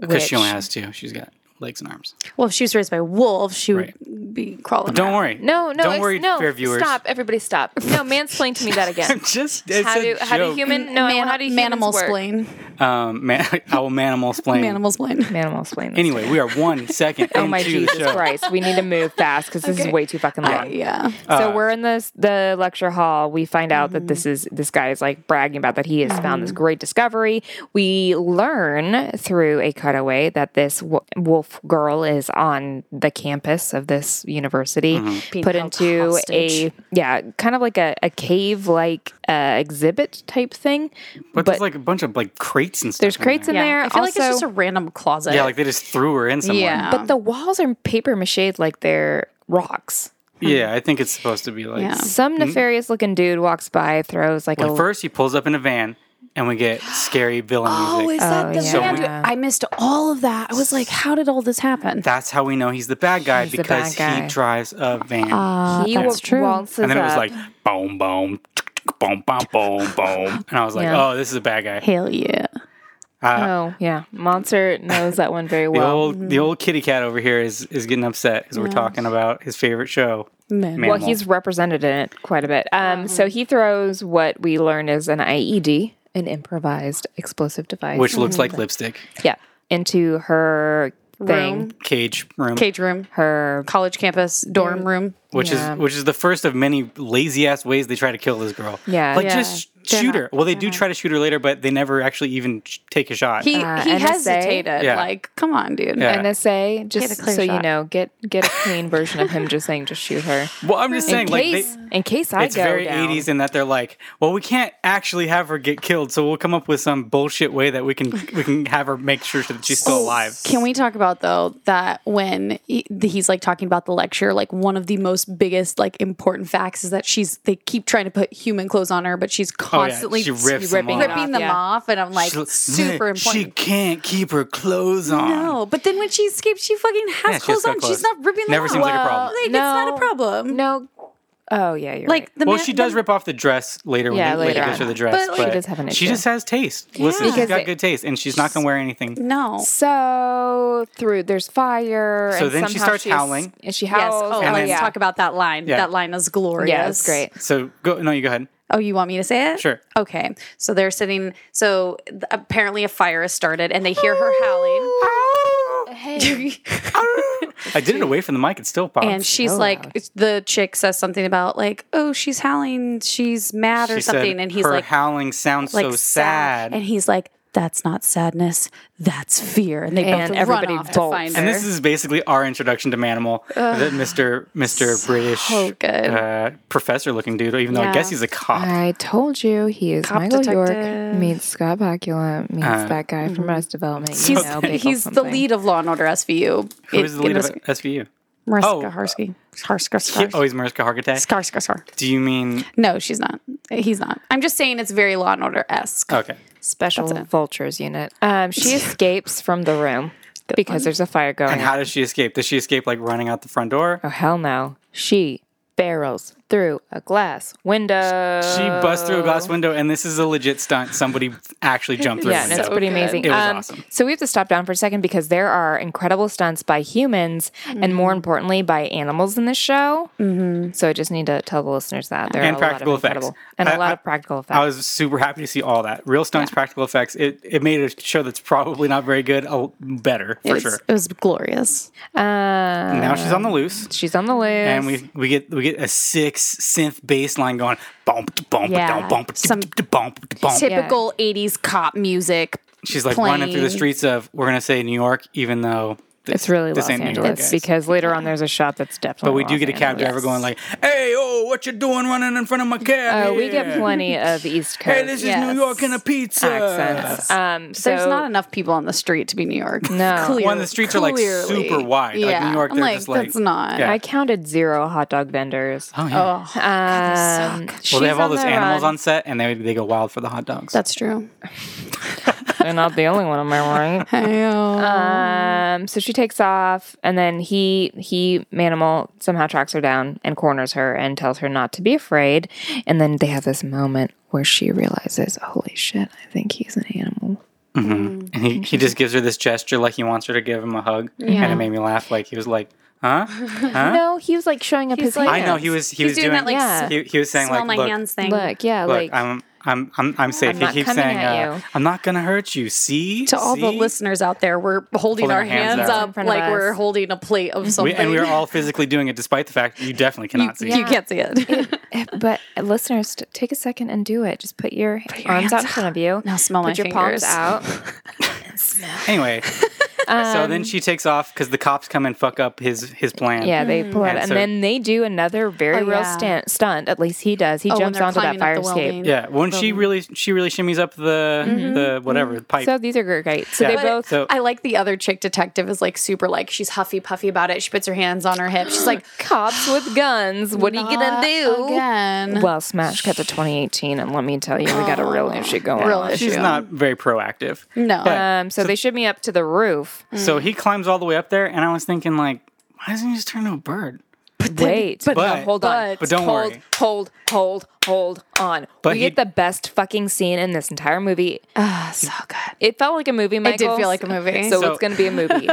Because she
which-
only has two. She's got legs and arms.
well, if she was raised by wolves, she would be crawling.
Don't
around.
worry.
No, no,
Don't
ex-
worry,
no.
fair viewers.
Stop,
*laughs*
everybody, stop. No, mansplain to me that again.
Just it's
how
a
do how do
joke.
human no
Man-
how do humans
manimal
work?
spleen.
Um, man, *laughs* I will manimal explain.
Manimal spleen.
Manimal explain. this.
Anyway, we are one second
*laughs* oh my
into the
Jesus
show.
Christ, we need to move fast because this
Okay.
is way too fucking
*laughs*
long.
Yeah.
Uh,
So we're in this the lecture hall. We find out that
Mm-hmm.
this is this guy is like bragging about that he has found this great discovery. We learn through a cutaway that this wo- wolf girl is on the campus of this university,
Mm-hmm.
Being
put
held
into
hostage.
a yeah, kind of like a, a cave like uh, exhibit type thing.
But,
But,
there's like a bunch of like crates and stuff.
there's crates in
Yeah.
there.
I feel
also,
like it's just a random closet.
Yeah, like they just threw her in somewhere.
Yeah.
but the walls are paper mache like they're rocks.
Yeah, I think it's supposed to be like.
Yeah.
Some nefarious looking dude walks by, throws like
Well,
a
Hmm? first he pulls up in a van, and we get scary villain
Oh, is
music.
that the
So
man?
we-
who- I missed all of that. I was like, how did all this happen?
That's how we know he's the bad guy
He's the bad
because
guy. Oh,
he drives a van.
he
Uh, that's
wa-
true.
waltzes
and then it was
up.
like boom, boom, boom, boom, boom, boom, and I was like,
Yeah.
oh, this is a bad guy.
Hell yeah.
Oh yeah, Monster knows that one very
"Ah." *laughs* The
well. mm.
old the old kitty cat over here is is getting upset because we're talking about his favorite show.
Man.
well,
Manimal.
he's represented in it quite a bit. Um,
Uh-huh.
so he throws what we learn is an IED, an improvised explosive device,
which looks like lipstick
yeah, into her thing,
Room.
cage room,
Cage room.
her
College campus dorm room.
which
Yeah.
is which is the first of many lazy ass ways they try to kill this girl.
Yeah.
like
Yeah.
just
They're
shoot
not-
her. Well, they do try to shoot her later, but they never actually even sh- take a shot.
He
Uh,
he
NSA?
hesitated.
Yeah.
Like, come on, dude.
Yeah.
NSA.
Get
Just
a clear
so you
shot.
know, get get a clean version of him just saying, just shoot her.
*laughs* well, I'm just saying,
In
like.
case,
They,
in case I
it's
go
very
down.
80s in that they're like, well, we can't actually have her get killed, so we'll come up with some bullshit way that we can we can have her make sure that she's still alive.
Oh, Can we talk about though that when he- he's like talking about the lecture, like one of the most biggest like important facts is that she's they keep trying to put human clothes on her, but she's constantly
Oh, she rips
ripping,
them
them, off.
off, yeah.
and I'm like
She'll- *laughs*
super
She
important.
can't keep her clothes on.
no, but then when she escapes, she fucking has
Yeah, she has
clothes
got
on.
clothes.
She's not ripping them
Never
off.
seems like a problem.
Like, it's not a problem.
No. Oh yeah,
Like
you're right.
the
well,
man-
she does
the-
rip off the dress later
Yeah,
when they
later
later gives her
on.
the dress.
But,
But,
like-
She does have an
She
issue.
just has taste. Listen, she's
Because
got
it-
good taste, and she's not going to wear anything.
No.
So through there's fire.
So
and
then she
somehow
starts
she's-
howling.
And she
Yes.
howls.
Oh,
And
let's
then-
talk about that line.
Yeah.
That line is glorious.
Yeah, it's great.
So go. No, you go ahead.
Oh, you want me to say it?
Sure.
Okay. So they're sitting. So th- apparently a fire has started, and they hear her howling. *laughs*
I did it away from the mic. It still pops.
and she's
so
like,
loud.
it's- the chick says something about like, oh, she's howling, she's mad or
She said,
something, and he's
her
like,
howling sounds
like
so sad.
and he's like, that's not sadness, that's fear, and they
And
both
everybody
run off
bolts.
to find
And
her.
this is basically our introduction to Manimal, that Mr. Mr. British
good.
uh, professor looking dude, even though
Yeah.
I guess he's a cop.
I told you he is
Cop
Michael
detective.
York meets Scott Bakula meets
Uh,
that guy from Arrested Development. You know, Bagel
he's the
something.
lead of Law and Order SVU.
Who is the lead of
Mariska
SVU? Oh, uh,
Harsky. Harska, Skar-
Always Oh, Mariska Hargitay.
Skar, Skar, Skar.
Do you mean
No, she's not. He's not. I'm just saying it's very Law and Order esque.
okay?
special vultures unit. *laughs* Um, she escapes from the room because there's a fire going.
And
on.
how does she escape? Does she escape like running out the front door?
Oh hell no! She barrels through a glass window.
She busts through a glass window, and this is a legit stunt. Somebody actually jumped through.
Oh. Yeah,
a
and it's
window.
pretty amazing.
It was
Um,
awesome.
So we have to stop down for a second because there are incredible stunts by humans and more importantly by animals in this show. Mm-hmm. So I just need to tell the listeners that there
And
are a
practical
lot of
effects.
incredible and a
I-
lot
I-
of practical effects.
I was super happy to see all that. Real stunts, practical effects. It it made a show that's probably not very good a, better for
it was,
sure.
It was glorious.
uh,
now she's on the loose.
she's on the list,
And we, we get we get a six synth bass line going bump bump
Yeah.
down bump
Some-
bump bump bump.
Typical 80s cop music.
She's like running through the
playing.
streets of we're gonna say New York, even though this,
it's really
this
Los
ain't New York,
Angeles
guys.
because later on there's a shot that's definitely.
But we do
Los
get a cab
Angeles.
driver going like, "Hey, oh, what you doing running in front of my cab?"
Uh, we
here?
get plenty of East Coast
Hey, this is
Yes.
New York and a pizza.
accents. Um, so
There's not enough people on the street to be New York.
*laughs*
No.
Clear-
When the streets are, like,
clearly.
super wide, like, New York,
I'm
they're just, like-
that's not.
Yeah.
I counted zero hot dog vendors.
Oh yeah.
Oh,
Well,
Um,
they
she's
have all
on
those
the
animals
run.
on set, and they they go wild for the hot dogs.
that's true.
*laughs* They're not the only one, am I right?
Uh,
Um, so she takes off, and then he he manimal somehow tracks her down and corners her and tells her not to be afraid. And then they have this moment where she realizes, holy shit, I think he's an animal.
Mm-hmm. and he, he just gives her this gesture like he wants her to give him a hug, and it made me laugh. Like he was like, "Huh? Huh?"
No, he was like showing up his
like-
I
hands.
know he was he
He's
was
doing
doing,
that, like,
Yeah.
he, he was saying
Smell
like,
my
"Look,
hands thing.
Look, yeah,
look,
like
I'm." I'm I'm I'm safe.
I'm not
he keeps
coming
saying,
at
uh,
you.
"I'm not gonna hurt you." See
to all the
See?
listeners out there, we're holding, our hands,
out.
up
In front of
like we're
us.
holding a plate of
We,
something.
and we are all physically doing it, despite the fact that you definitely
you,
cannot see.
you can't see it. *laughs*
eh, But uh, listeners, t- take a second and do it. Just put your, arms out in front of *laughs* you.
Now smell
put
my
your palms
fingers.
*laughs* out.
Anyway, so then she takes off because the cops come and fuck up his his plan.
Yeah, they pull out,
And
and
so-
then they do another very
Oh,
real
yeah.
stunt, stunt. At least he does. He
when
jumps
Oh, they're
onto that
climbing up
fire
the
escape.
welding.
yeah. When she really she really shimmies up the the whatever pipe.
Mm-hmm. So these are great. So
Yeah.
they
But-
both.
So-
I like the other chick detective is like super like she's huffy puffy about it. She puts her hands on her hip. She's *gasps* like,
cops with guns. What are you gonna do?
again.
Well, smash cut to 2018, and let me tell you, we got a real issue going.
Real
on.
issue.
She's not very proactive.
No.
But-
Um, mm. so, they shoot me up to the roof.
So he climbs all the way up there, and I was thinking, like, why doesn't he just turn into a bird?
Wait,
but-
no,
but-
hold on.
but don't
hold,
worry.
hold, hold, hold on.
But
we
he-
get the best fucking scene in this entire movie.
so good.
It felt like a movie, Michael.
did feel like a movie.
So,
So-
it's gonna be
*laughs*
a movie.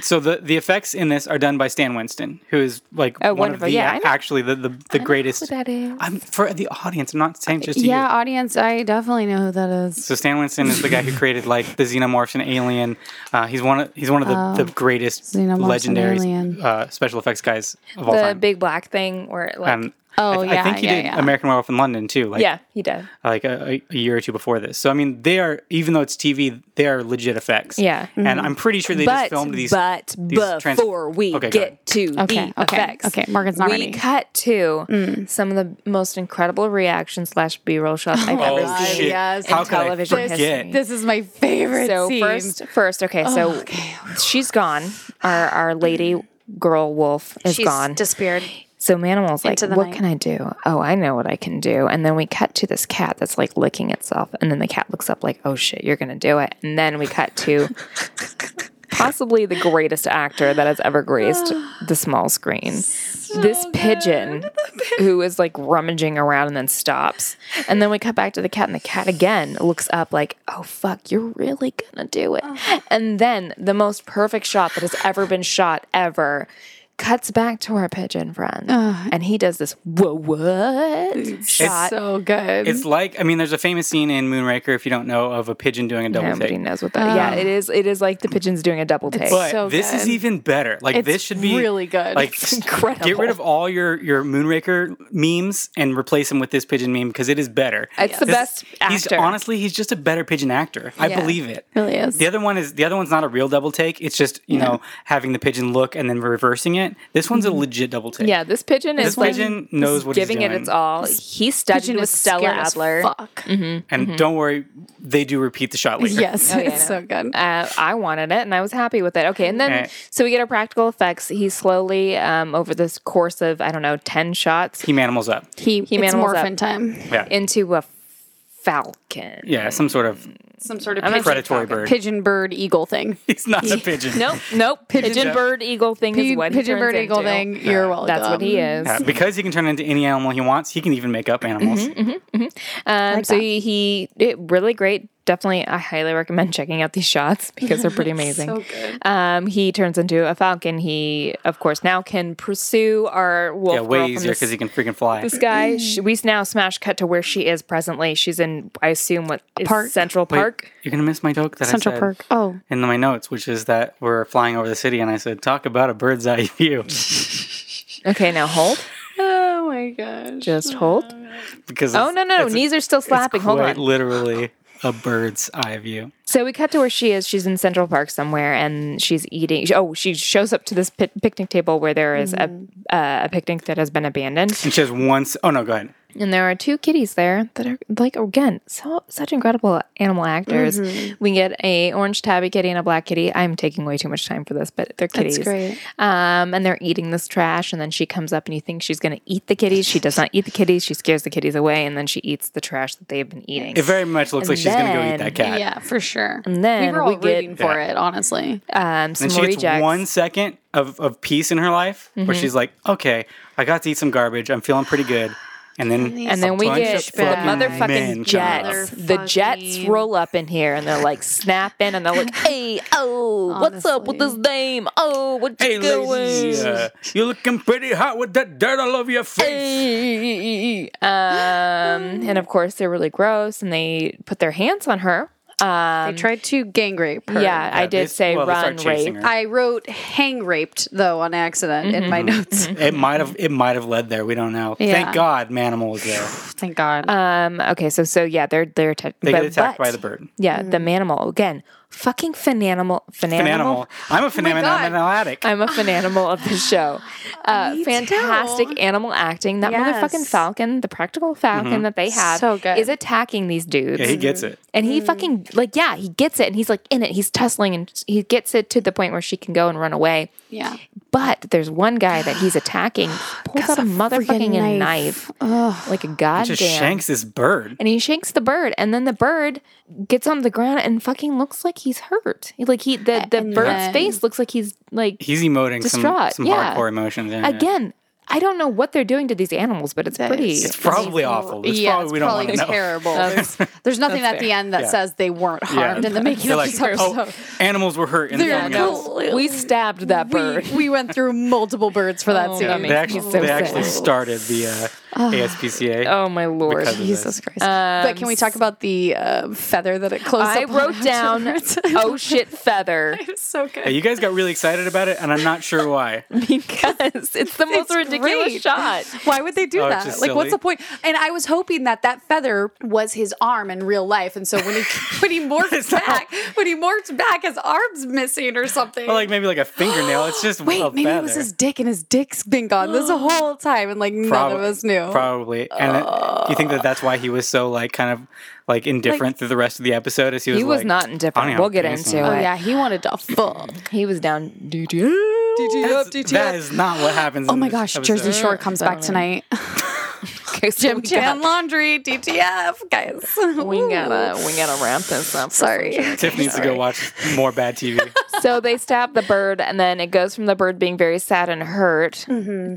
So the, the effects in this are done by Stan Winston, who is like
Oh,
one of
wonderful.
the
Yeah, I know-
actually the the, the greatest.
who that is.
I'm for the audience. I'm not saying just to
Yeah,
you.
audience, I definitely know who that is.
So Stan Winston is the guy who created like the Xenomorphs and Alien. Uh, he's one of he's one of the,
Oh.
the greatest
Xenomorphs and
legendary
Alien.
uh, special effects guys of all
the
time.
big black thing where it, like
Um,
Oh,
I,
yeah,
I think he
yeah,
did
yeah.
American Werewolf in London too. Like,
Yeah, he did.
like a, a year or two before this. So I mean, they are even though it's TV, they are legit effects.
Yeah. mm-hmm.
and I'm pretty sure they just
But
filmed these.
but
these
before
trans-
we
Okay, go ahead.
get to
Okay,
the
okay,
effects,
okay, Morgan's not
we
ready. Mm.
cut to some of the most incredible reaction slash B roll shots I've
Oh,
ever seen
shit.
yes.
in
How could I
television
forget?
history.
This is my favorite
so
scene.
first, first, okay,
Oh,
so she's gone. Our our lady girl wolf is
she's
gone.
disappeared.
So Manimal's like,
Into the
what
night.
can I do? Oh, I know what I can do. And then we cut to this cat that's like licking itself. And then the cat looks up like, oh shit, you're going to do it. And then we cut to
*laughs*
possibly the greatest actor that has
*sighs*
ever graced the small screen. this pigeon who is like rummaging around and then stops. And then we cut back to the cat, and the cat again looks up like, oh fuck, you're really gonna do it.
Uh-huh.
And then the most perfect shot that has ever been shot ever. Cuts back to our pigeon friend, and he does this whoa what shot.
Uh-huh. So good.
mm-hmm.
It's like I mean, there's a famous scene in Moonraker if you don't know of a pigeon doing a double
Nobody
take.
knows what that. yeah, it is. It is like the pigeon's doing a double take.
But
Um, so
this is
good.
even better. Like
It's
this should be
really good.
Like
It's
incredible.
Get rid of all your your Moonraker memes and replace them with this pigeon meme because it is better.
It's the
This-
best
He's,
actor.
honestly, he's just a better pigeon actor. I
Yeah.
believe it.
really is.
The other one is the other one's not a real double take. It's just you know having the pigeon look and then reversing it. This one's a legit double take.
Mm-hmm. Yeah, this pigeon
This
is like
pigeon knows
is
what he's
giving it
doing.
its all. He studied
Pigeon
with
is
Stella
scared as
Adler.
Fuck.
And don't worry, they do repeat the shot
*laughs*
later.
Yes,
Mm-hmm. yeah,
it's
I know.
so good.
Uh, I wanted it, and I was happy with it. Okay, and then
Alright.
so we get our practical effects. He slowly, um, over this course of I don't know ten shots,
He manimals up.
He, he it's
manimals up.
morphin time.
Yeah.
into a falcon.
yeah, some sort of
some sort of
I'm
pigeon,
gonna
Predatory bird.
pigeon bird eagle
*laughs*
thing.
He's not a *laughs* pigeon.
Nope, nope. Pigeon, bird eagle thing
P-
is what he
pigeon
turns
bird eagle
into. Mm-hmm.
thing. You're welcome.
That's what he is.
Yeah, Uh, because he can turn into any animal he wants, he can even make up animals.
Mm-hmm.
Um, so
that.
he, he it, really great. Definitely, I highly recommend checking out these *laughs* shots because they're pretty amazing.
So good.
Um, he turns into a falcon. He, of course, now can pursue our wolf
Yeah, way
girl from
easier
the
because he can freaking fly.
this *clears throat* guy. She, we now smash cut to where she is presently. She's in, I assume, what is
park.
Central
Wait,
Park.
you're gonna miss my joke that I
Central
said
Park. Oh,
in my notes, which is that we're flying over the city, and I said, "Talk about a bird's eye *laughs* view,"
Okay, now hold.
oh my gosh.
Just hold.
because
Oh no, no, no. knees are still slapping. Hold on.
literally a bird's eye view.
So we cut to where she is. She's in Central Park somewhere, and she's eating. Oh, she shows up to this pit, picnic table where there is a uh, a picnic that has been abandoned,
And she has once. Oh no, go ahead.
and there are two kitties there that are like again so such incredible animal actors.
Mm-hmm.
We get a orange tabby kitty and a black kitty. I'm taking way too much time for this, but they're kitties.
great.
Um, and they're eating this trash, and then she comes up, and you think she's going to eat the kitties. She does not eat the kitties. She scares the kitties away, and then she eats the trash that they've been eating.
It very much looks
And
like she's gonna go eat
then-
that cat.
Yeah, for sure.
And then
we were all
we get-
rooting for it, honestly.
um, some
And she
more
gets
rejects. Mm-hmm.
one second of, of peace in her life where she's like, okay, I got to eat some garbage. I'm feeling pretty good. And then,
And then we
bunch
get
of
the
fucking
motherfucking
men
jets.
come up.
The jets
Motherfucking-
roll up in here and they're like snapping and they're like, hey, oh, what's up with this name? Oh, what you
Hey, ladies,
doing?
uh, you're looking pretty hot with that dirt all over your face.
Hey. Um, and of course, they're really gross and they put their hands on her. Um,
I tried to gang rape her.
Yeah, I
Yeah, they-
did say
well, they
run
start chasing
rape.
her.
I wrote hang raped though on accident in my
Mm-hmm.
notes.
It might have it might have led there. We don't know.
Yeah.
Thank God, Manimal was there.
*laughs*
Thank God.
Um, okay, so so yeah, they're they're atta-
They
but,
get attacked
but-
by the bird.
Yeah, the manimal again. Fucking fananimal,
An
fananimal,
animal. I'm a phenomenon.
God.
I'm an addict.
I'm a fan animal of
*laughs*
the show. Uh, fantastic animal acting. That
Yes.
motherfucking falcon, the practical falcon that they have,
So good. Mm.
is attacking these dudes.
Mm-hmm. Yeah, he gets it.
and he fucking like yeah, he gets it, and he's like in it. He's tussling, and he gets it to the point where she can go and run away.
yeah.
But there's one guy that
*gasps*
he's attacking, pulls out a motherfucking
freaking
knife, like a goddamn,
Just shanks this bird.
and he shanks the bird, and then the bird gets on the ground and fucking looks like he's hurt. Like he, the the bird's
then-
face looks like he's like
He's emoting some,
Distraught,
some
yeah.
hardcore emotions. Yeah.
again i don't know what they're doing to these animals but it's pretty
It's probably awful. It's
yeah,
probably
it's
we don't
probably
want to know.
terrible. There's, there's nothing at the end that
*laughs* Yeah.
says they weren't harmed in the making
They're
of
like,
this
oh,
episode.
animals were hurt in the
They're
filming.
cool.
of this."
we stabbed that bird
We, we went through multiple birds for that
Oh,
scene.
that
They
makes
actually,
me so
they actually
sad.
started the uh, ASPCA.
oh my lord
Because of
Jesus Christ. but can we talk about the uh, feather that it closed
Um, i
up on
wrote down *laughs*
afterwards?
oh shit feather
*laughs* It's so good.
Hey, you guys got really excited about it, and I'm not sure why.
because *laughs* it's the most
It's
ridiculous
great.
shot
Why would they do
Oh, it's
that? Like,
just silly.
what's the point? And I was hoping that that feather was his arm in real life, and so when he
*laughs*
when he morphs back, when he morphs back, his arm's missing or something.
Or like maybe like a fingernail. It's
*gasps*
just
Wait,
a
maybe
feather.
it was his dick, and his dick's been gone
*gasps*
this whole time, and like none
Prob-
of us knew.
Probably. And it, you think that that's why he was so like kind of like indifferent through the rest of the episode? As he was,
he was
like,
not
I don't
indifferent
know,
we'll get
penis
into
on.
Oh
it
yeah, he wanted *laughs* to fuck.
he was down
That's- that is not what happens.
Oh my gosh, Jersey Shore comes back *laughs* tonight. Jim Chan Oh. Laundry, DTF, *laughs* guys.
we gotta we gotta wrap this up
Sorry.
Tiff needs to go watch more
*laughs*
bad Uh, TV.
so they stab the bird, and then it goes from the bird being very sad and hurt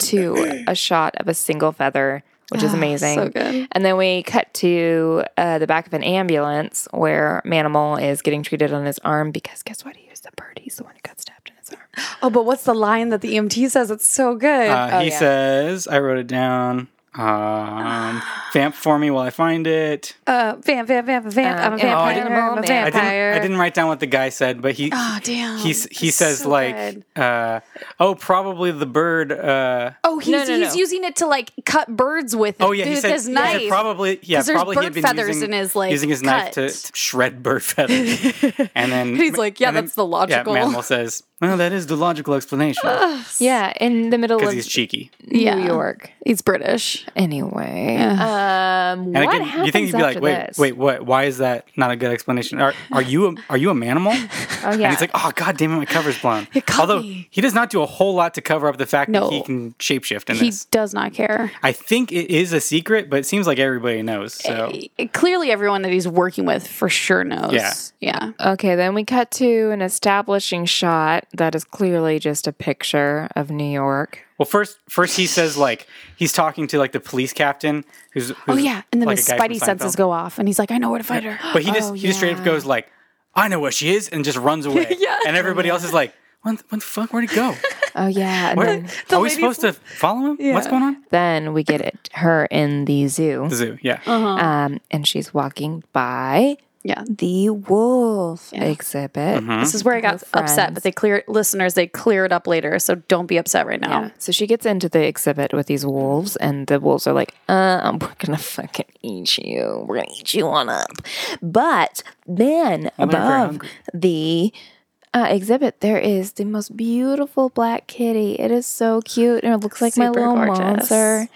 to a shot of a single feather, which is amazing.
Mm-hmm. Ah, so good.
And then we cut to uh, the back of an ambulance where Manimal is getting treated on his arm because guess what? He was the bird. He's the one who got stabbed in his arm.
Oh, but what's the line that the EMT says? It's so good. Oh,
Uh, he says, I wrote it down. Um, vamp for me while I find it.
Uh, vamp, vamp, vamp, Uh, vamp. I'm a
Um, oh,
vampire.
I didn't-
I'm a
I didn't,
vampire.
I didn't write down what the guy said, but he
Oh, damn.
he s- he
It's
says
so
like,
good.
uh, "Oh, probably the bird." Uh,
Oh, he's,
No, no,
he's
no.
using it to like cut birds with.
oh yeah,
with
he said,
his
he
knife.
said probably yeah,
'Cause there's
probably he
bird
had been
feathers
using,
in his, like,
using his knife to,
cut. *laughs*
to shred bird feathers, and then
He's like, yeah,
and then-
that's the logical-
Yeah, Manimal says, Well, that is the logical explanation
Yeah, in the middle
because
of
he's cheeky.
New
Yeah.
York.
He's British.
Anyway, um,
And
what
again,
happens
you think you'd be
after
like, wait,
this?
wait, what? Why is that not a good explanation? Are, are you a, are you
*laughs*
a manimal?
Oh
And
yeah,
he's like, oh god damn it, my cover's blown.
caught
Although
me.
he does not do a whole lot to cover up the fact
No.
that he can shapeshift in
He
this.
does not care.
I think it is a secret, but it seems like everybody knows. So
Clearly, everyone that he's working with for sure knows.
Yeah.
Yeah.
Okay, then we cut to an establishing shot that is clearly just a picture of New York.
Well, first, first he says like he's talking to like the police captain, who's,
Oh,
who's,
yeah. And then
like,
his
a guy from
spidey senses
Seinfeld.
go off, and he's like, I know where to find her.
*gasps* But he just
Oh,
he just straight up
yeah.
goes like, "I know where she is," and just runs away.
*laughs*
yeah. And everybody else is like, "What? the- What the fuck? Where'd he go?
Oh yeah, and
Where,
then,
are we
lady's
supposed to follow him? What's going on?"
then we get it, her in the zoo,
The zoo. Yeah.
Uh-huh.
um, and she's walking by
Yeah.
Hmm?
the wolf exhibit.
This is where I got
We're
upset, but they clear listeners, they clear it up later, so don't be upset right now.
Yeah. Um, So she gets into the exhibit with these wolves, and the wolves are like, uh, *laughs* we're gonna fucking eat you. We're gonna eat you on up. But then
Well, they're very
above
hungry.
the uh, exhibit, there is the most beautiful black kitty. It is so cute, and it looks like my
Super
little
gorgeous.
monster.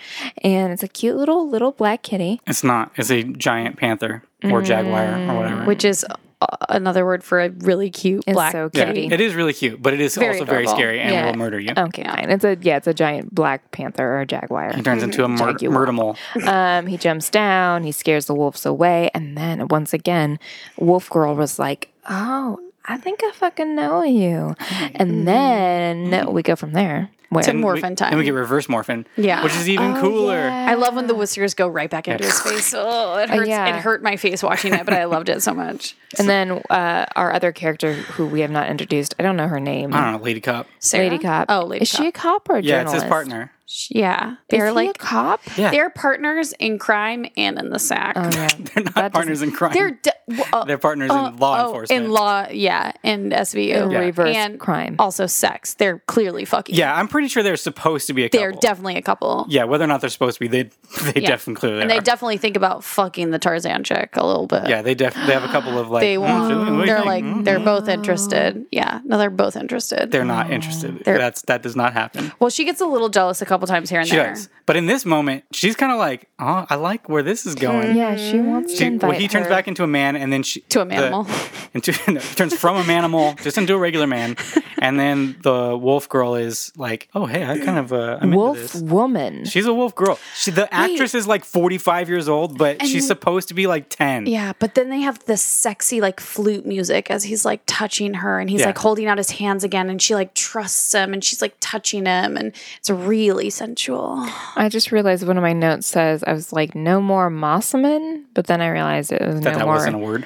And it's a cute little little black kitty.
It's not. It's a giant panther
Mm.
or jaguar or whatever.
Which is uh, another word for a really cute
It's
black
so
yeah,
kitty.
it is really cute, but it is also very
adorable. Oh.
scary and
Yeah.
will murder you.
Okay, fine. It's a yeah, it's a giant black panther or jaguar.
He turns into a mur-
Jaguar.
murdermal.
Um, he jumps down, he scares the wolves away, and then once again, Wolf Girl was like, Oh, I think I fucking know you.
Mm-hmm.
And then we go from there. Where
a morphin
we,
time.
And we get reverse morphin.
Yeah. Oh,
Which is even cooler.
I love when the whiskers go right back into his
*laughs*
face. Oh, it hurts.
Uh, yeah.
It hurt my face watching it, but I loved it so much.
and then uh, our other character who we have not introduced, I don't know her name.
I don't know, Lady Cup.
Sarah?
*laughs* Lady Cop.
Oh, Lady
Is she a cop or a
Uh-huh. Yeah,
journalist?
it's his partner. *laughs*
she? Yeah.
Is
They're
he
like
a cop?
Yeah.
they're partners in crime and in the sack.
Oh, yeah.
They're not
That
partners in crime.
They're de- w- uh,
They're partners in
uh,
law
oh,
enforcement.
In law, yeah, and SVU.
In reverse
and
crime.
Also sex. They're clearly fucking.
yeah, I'm pretty sure they're supposed to be a couple.
They're definitely a couple.
Yeah, whether or not they're supposed to be, they *laughs* they
Yeah.
definitely clearly
and they
are.
definitely think about fucking the Tarzan chick a little bit.
yeah, they def they have a couple of like
they
"Mm,
want.
so what do you
they're
think?
like
Mm."
they're both
Mm-hmm.
interested. Yeah, no, they're both interested.
they're not interested. That's that does not happen.
well, she gets a little jealous a couple times here and
She
there.
does, but in this moment, she's kind of like, oh, I like where this is
Hmm.
going.
Yeah, she wants to
She,
invite
well, he turns
her.
back into a man, and then she
To a
the-
manimal.
*laughs* into no, he turns from a manimal just into a regular
*laughs*
man, and then the wolf girl is like, "Oh, hey, I kind of uh, I'm into
Wolf
this."
woman.
She's a wolf girl. She, the actress is like 45 years old, but she's supposed to be like 10.
Yeah, but then they have this sexy like flute music as he's like touching her and he's
Yeah.
like holding out his hands again and she like trusts him and she's like touching him and it's really
*sighs*
sensual.
I just realized one of my notes says I was like, no more Mossaman, but then I realized it was
That,
no
that
more
wasn't a word.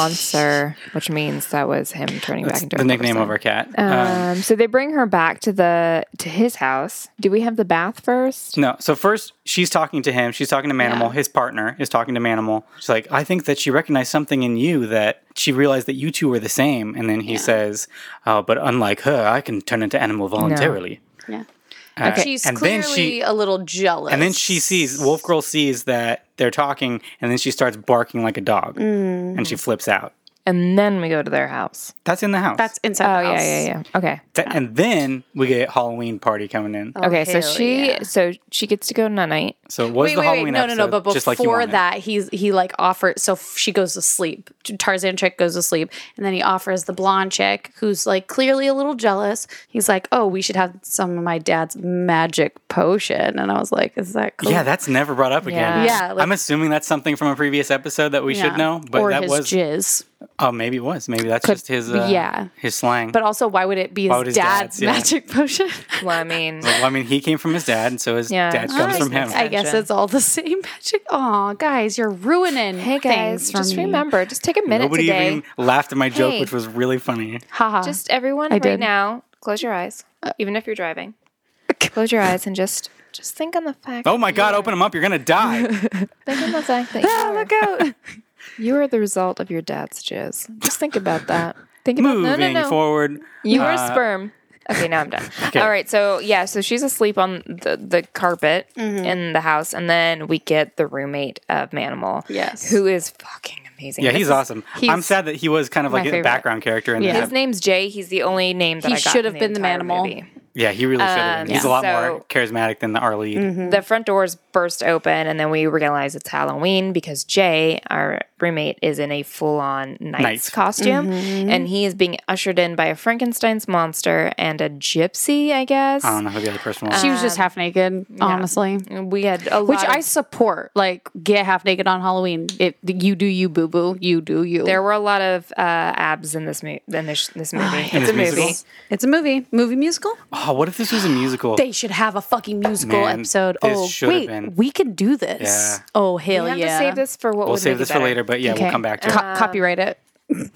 monster, which means that was him turning back into
The
a
nickname of
person.
our cat. Um,
Um, so they bring her back to the to his house. Do we have the bath first?
no, so first she's talking to him. She's talking to Manimal. His partner is talking to Manimal. She's like, I think that she recognized something in you that she realized that you two were the same. And then he says, oh, but unlike her, I can turn into animal voluntarily.
Yeah.
Uh,
She's
and
clearly
then she
a little jealous.
and then she sees Wolf Girl sees that they're talking, and then she starts barking like a dog,
Mm.
and she flips out.
And then we go to their house.
That's in the house.
that's inside.
Oh
the
yeah,
house.
yeah, yeah. Okay.
Th- and then we get Halloween party coming in.
Okay, so
Oh, hell
she
yeah.
so she gets to go night night.
So it was
Wait,
the
wait,
Halloween
wait. No, no,
episode.
no. But
just like you
before
wanted.
that, he's he like offers. So f- she goes to sleep. Tarzan chick goes to sleep, and then he offers the blonde chick, who's like clearly a little jealous. He's like, "Oh, we should have some of my dad's magic potion." And I was like, "Is that cool?"
yeah, that's never brought up again.
Oh. Yeah. Yeah, like-
I'm assuming that's something from a previous episode that we should know, but
or
that
his
was
jizz.
oh, maybe it was. Maybe that's just his uh,
yeah.
his slang.
But also, why would it be
would
his,
his
dad's,
dad's, yeah.
magic potion?
Well, I mean,
well, I mean, he came from his dad, and so his
Yeah.
dad
Oh,
*laughs* comes from him.
makes
I guess
Gotcha.
it's all the same magic. Oh, guys, you're ruining.
hey guys,
things for
just
me.
remember, just take a minute
Nobody
today.
even laughed at my joke,
Hey.
which was really funny.
Haha.
Just everyone right
Uh, did. Uh,
now, close your eyes, even if you're
*laughs*
driving. Close your eyes and just just think on the fact.
Oh my God, open him up! You're gonna
*laughs*
die.
Think on the
*laughs*
fact that you are,
Ah, out.
*laughs* you are the result of your dad's jizz. Just think about that. Think about
Moving
no no no.
forward,
You are
Uh,
sperm. Okay, now
*laughs*
I'm done. All right, so yeah, so she's asleep on the, the carpet
Mm-hmm.
in the house, and then we get the roommate of Manimal.
Yes.
Who is fucking amazing.
Yeah,
This
he's
is-
awesome. I'm
he's-
sad that he was kind of
my
like a
favorite.
background character in
Yeah.
yeah.
His name's Jay. He's the only name that
He
I got
should have
in
been the
entire
Manimal.
movie.
Yeah, he really should have been. He's a lot more
Um, so- Mm-hmm.
charismatic than the our lead.
The front doors burst open, and then we realize it's Halloween because Jay, our roommate, is in a full on knight's
Knight.
costume, and he is being ushered in by a Frankenstein's monster and a gypsy, I guess.
I don't know who the other person was.
She was just half naked, honestly.
we had a lot
Which I
of-
support. Like, get half naked on Halloween. It, you do you, boo boo. You do you.
There were a lot of uh, abs in this mo- in this, this movie. *sighs* it's
this
a movie.
musical?
it's a movie, movie musical.
oh, what if this was a musical?
They should have a fucking musical
Man,
episode.
this
oh
should have
wait,
been-
we could do this.
Yeah.
Oh
We
hell
have
yeah!
to save this for what
we'll
would
save
make it
this for
better.
later, but yeah,
Okay.
we'll come back to
Co-
it.
copyright it.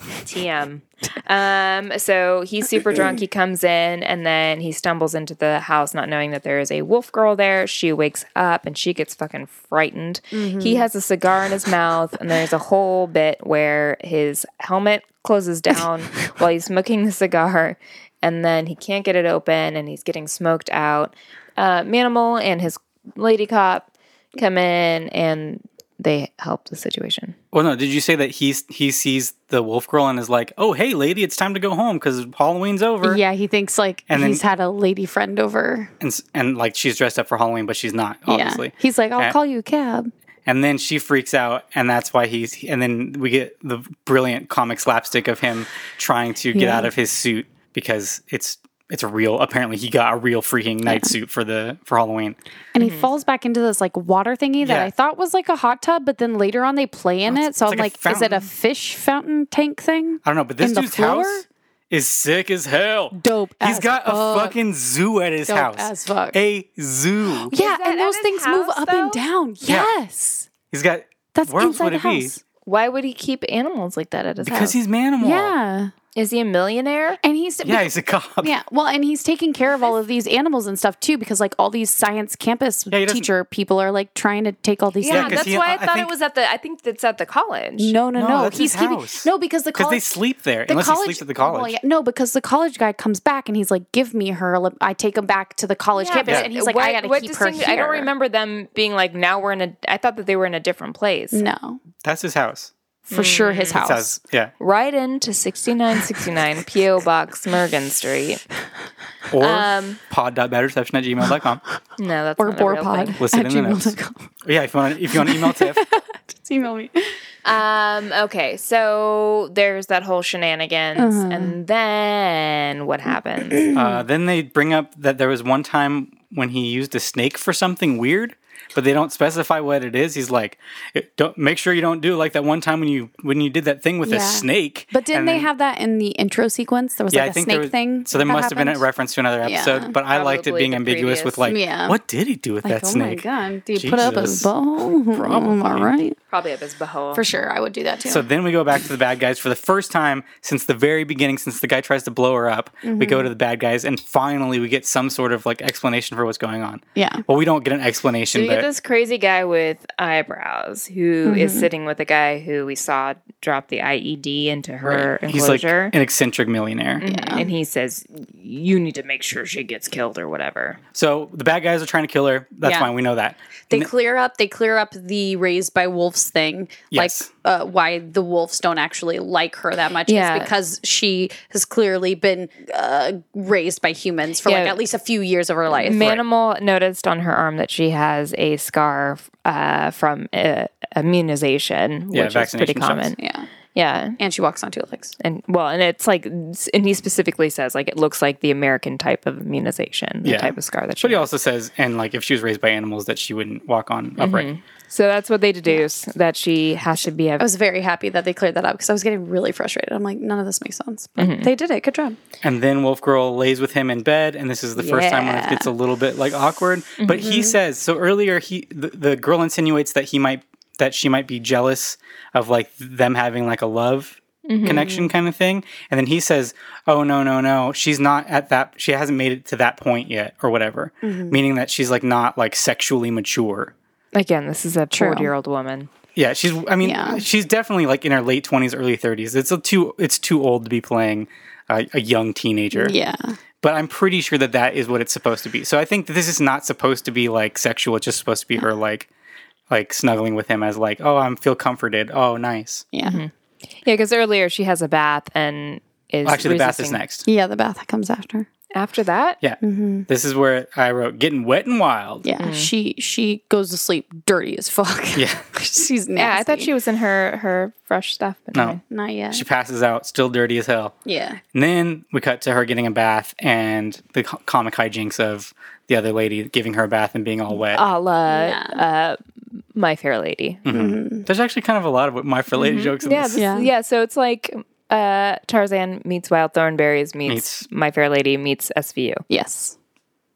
TM. Um, so he's super drunk. He comes in and then he stumbles into the house, not knowing that there is a wolf girl there. She wakes up and she gets fucking frightened. He has a cigar in his mouth, and there's a whole bit where his helmet closes down while he's smoking the cigar, and then he can't get it open and he's getting smoked out. Uh, Manimal and his lady cop come in and they help the situation.
Well, no, did you say that he he sees the wolf girl and is like, "Oh, hey, lady, it's time to go home because Halloween's over."
Yeah, he thinks like
And then-
he's had a lady friend over.
and s- and like she's dressed up for Halloween, but she's not obviously.
Yeah, he's like, I'll
And-
call you a cab.
and then she freaks out, and that's why he's. And then we get the brilliant comic slapstick of him trying to get
Yeah.
out of his suit because it's it's a real. Apparently, he got a real freaking night suit for the for Halloween.
And he falls back into this like water thingy that
Mm-hmm. Yeah.
I thought was like a hot tub, but then later on they play in it. So I'm
it's like
like,
a
is it a
fountain.
fish fountain tank thing?
I don't know, but this
In the
dude's
floor?
house is sick as hell.
Dope
He's
as
got
fuck.
a fucking zoo at his
Dope
house.
as fuck.
A zoo.
Yeah,
that
and
at
those
his
things move
house,
up
though?
and down.
Yeah.
Yes.
He's got.
That's
where else
inside
would
the
it be?
house.
Why would he keep animals like that at his house?
Because he's manimal.
Yeah.
Is he a millionaire?
And he's
Yeah, he's a cop.
Yeah, well, and he's taking care of all of these animals and stuff too, because like all these science campus
he doesn't-
teacher people are like trying to take all these.
Yeah,
'cause
things.
that's
he-
why I,
I
thought
think-
it was at the. I think it's at the college.
No, no,
No,
no.
that's
He's
his
keeping
house.
no because the
Because
college
they sleep there,
the
unless
college,
he sleeps at the college.
well, yeah, no, because the college guy comes back and he's like, "Give me her." li- I take him back to the college campus,
but
and he's like, "I gotta keep her
distinct-
here."
I don't remember them being like. Now we're in a. I thought that they were in a different place.
No,
That's his house.
for sure,
Hmm.
his house.
Says- yeah.
Right into sixty nine sixty *laughs* nine PO Box Mergen Street.
*laughs*
Or
Um,
pod.badreception at gmail.com.
No, that's
Or
not a real
borepod.
thing.
Listen in the
*laughs*
notes.
gmail.com.
Yeah, if you want to, if you want to
*laughs*
email Tiff,
Just email me.
Um. Okay. So there's that whole shenanigans,
Uh-huh.
and then
*clears throat*
what happens?
uh, then they bring up that there was one time when he used a snake for something weird, but they don't specify what it is. He's like, "It- "Don't make sure you don't do like that one time when you when you did that thing with
Yeah.
a snake."
But didn't
And
they
then-
have that in the intro sequence? There was like a
there
snake
was-
thing.
So there
that
must have been a
happened?
reference to another episode, but I liked it
Probably
being
the
ambiguous with like,
previous. Yeah.
what did he do with that
oh
snake?
my god! Do you put up a
Jesus.
bow? All right,
Probably up his behold.
for sure, I would do that too.
So then we go back to the bad guys for the first time since the very beginning, since the guy tries to blow her up. We go to the bad guys, and finally we get some sort of like explanation for what's going on.
Yeah.
Well, we don't get an explanation,
So you
but
get this crazy guy with eyebrows who is sitting with a guy who we saw drop the IED into her
he's like
enclosure.
an eccentric millionaire.
And he says, You need to make sure she gets killed or whatever.
So the bad guys are trying to kill her. That's
Yeah.
fine. We know that.
they clear up they clear up the raised by wolves thing
Yes.
like uh, why the wolves don't actually like her that much
Yeah.
is because she has clearly been uh, raised by humans for like
Yeah.
at least a few years of her life
Manimal noticed on her arm that she has a scar uh, from uh, immunization,
Yeah,
which is pretty
vaccination shots.
common.
yeah
Yeah.
and she walks on two legs
And well, and it's like, and he specifically says, like, it looks like the American type of immunization, the
Yeah.
type of scar that she
But he
has.
also says, and like if she was raised by animals, that she wouldn't walk on upright.
So that's what they deduce that she has to be a
i was very happy that they cleared that up because i was getting really frustrated i'm like none of this makes sense but
Mm-hmm.
they did it good job
And then Wolf Girl lays with him in bed, and this is the first time when it
Yeah. Mm-hmm.
gets a little bit like awkward. But he says so earlier. He the, the girl insinuates that he might that she might be jealous of like them having like a love
Mm-hmm.
connection kind of thing. And then he says, "Oh no no no, she's not at that. She hasn't made it to that point yet, or whatever.
Mm-hmm.
Meaning that she's like not like sexually mature."
Again, this is a 40 year old woman.
Yeah, she's. I mean,
Yeah.
she's definitely like in her late twenties, early thirties. It's a too. It's too old to be playing uh, a young teenager.
yeah
But I'm pretty sure that that is what it's supposed to be. So I think that this is not supposed to be like sexual. It's just supposed to be her like, like snuggling with him as like, oh, I'm feel comforted. Oh, nice.
Yeah.
Mm-hmm.
Yeah, because earlier she has a bath and is
Actually, the bath is
resisting-
next.
Yeah, the bath comes after.
After that,
Yeah.
Mm-hmm.
This is where I wrote getting wet and wild.
Yeah. She she goes to sleep dirty as fuck.
Mm-hmm. Yeah.
*laughs* She's nasty.
yeah, I thought she was in her her fresh stuff. But
No.
no,
not yet.
She passes out, still dirty as hell.
yeah.
And then we cut to her getting a bath and the co- comic hijinks of the other lady giving her a bath and being all wet.
a la uh, My Fair Lady.
Mm-hmm. There's actually kind of a lot of my fair lady jokes in
mm-hmm. Yeah,
this.
this- yeah,
Yeah.
So it's like uh, Tarzan meets Wild Thornberries meets,
Meets-
My Fair Lady meets SVU.
Yes.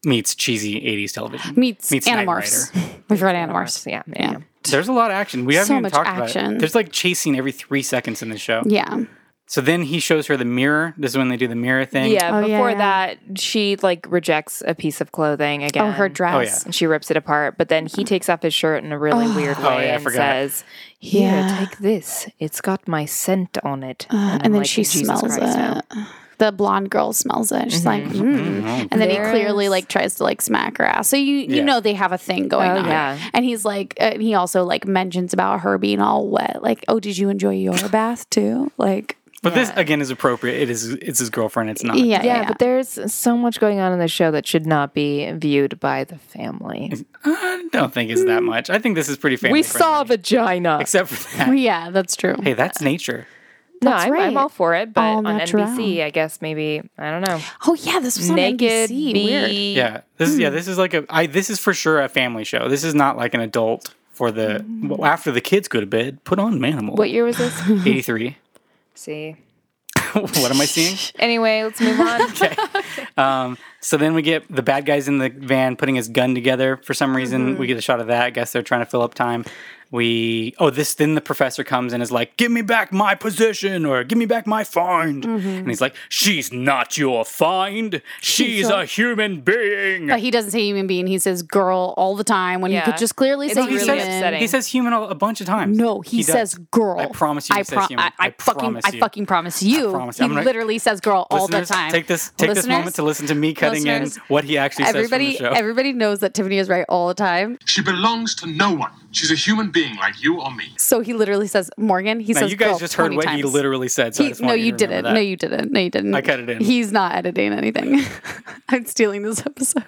Meets cheesy 80s television.
Meets,
Meets Knight
Animorphs. *laughs* We've read Animorphs.
Yeah, yeah.
Yeah.
There's a lot of action. We haven't
So
even
much
talked about
action.
it. There's like chasing every three seconds in the show.
Yeah.
So then he shows her the mirror. This is when they do the mirror thing.
Yeah,
Oh, yeah,
before
yeah.
that, she like rejects a piece of clothing again.
Oh, her dress.
Oh, yeah.
And she rips it apart, but then he takes off his shirt in a really weird way
Oh, yeah, I
and
forgot.
says, "Here,
Yeah.
take this. It's got my scent on it."
Uh,
I'm
and then
like,
she
"Jesus
smells
Christ,
it.
no."
The blonde girl smells it. She's like, mm. and then he clearly
There's-
like tries to like smack her ass. So you you
Yeah.
know they have a thing going
Oh,
on.
yeah.
And he's like, uh, he also like mentions about her being all wet. Like, oh, did you enjoy *laughs* your bath too? Like,
But this again is appropriate. It is it's his girlfriend, it's not.
yeah, yeah.
Yeah,
yeah.
but there's so much going on in the show that should not be viewed by the family.
I don't think it's that much. I think this is pretty family
we saw a
friendly.
vagina.
except for that.
yeah, that's true.
Hey, that's nature.
no,
That's
I'm, I'm
right.
all for it, but
All
on
natural.
NBC, I guess maybe I don't know.
Oh yeah, this was on NBC.
Naked bee.
Weird.
Yeah. This is yeah,
Hmm.
this is like a I this is for sure a family show. This is not like an adult for the well, after the kids go to bed, put on Manimal.
What year was this?
83.
See.
*laughs* what am I seeing?
Anyway, let's move
*laughs*
on.
So then we get the bad guys in the van putting his gun together for some reason.
Mm-hmm.
We get a shot of that. I guess they're trying to fill up time. We oh this then the professor comes and is like, "Give me back my position or give me back my find."
Mm-hmm.
And he's like, "She's not your find. She's a human being."
But he doesn't say human being. He says girl all the time when
Yeah.
he could just clearly
It's
say
really
he,
human.
says,
upsetting.
he says human a, a bunch of times.
No, he,
does.
says girl.
I promise you, he
I,
says human.
I, I, fucking,
promise
I
you.
fucking promise you.
promise
He
you. I'm gonna-
literally says girl all the
Listeners,
time.
Take this take this moment to listen to me cutting in
listeners,
what he actually
Everybody,
says from the show.
everybody knows that Tiffany is right all the time.
She belongs to no one. She's a human being like you or me.
So he literally says Morgan. He
now
says
you guys
girl
just heard
20
what he
times.
literally said. So I
He-
just
no,
want
you
you to remember
didn't.
that.
No, you didn't. No, you didn't.
I cut it in.
He's not editing anything. *laughs* I'm stealing this episode.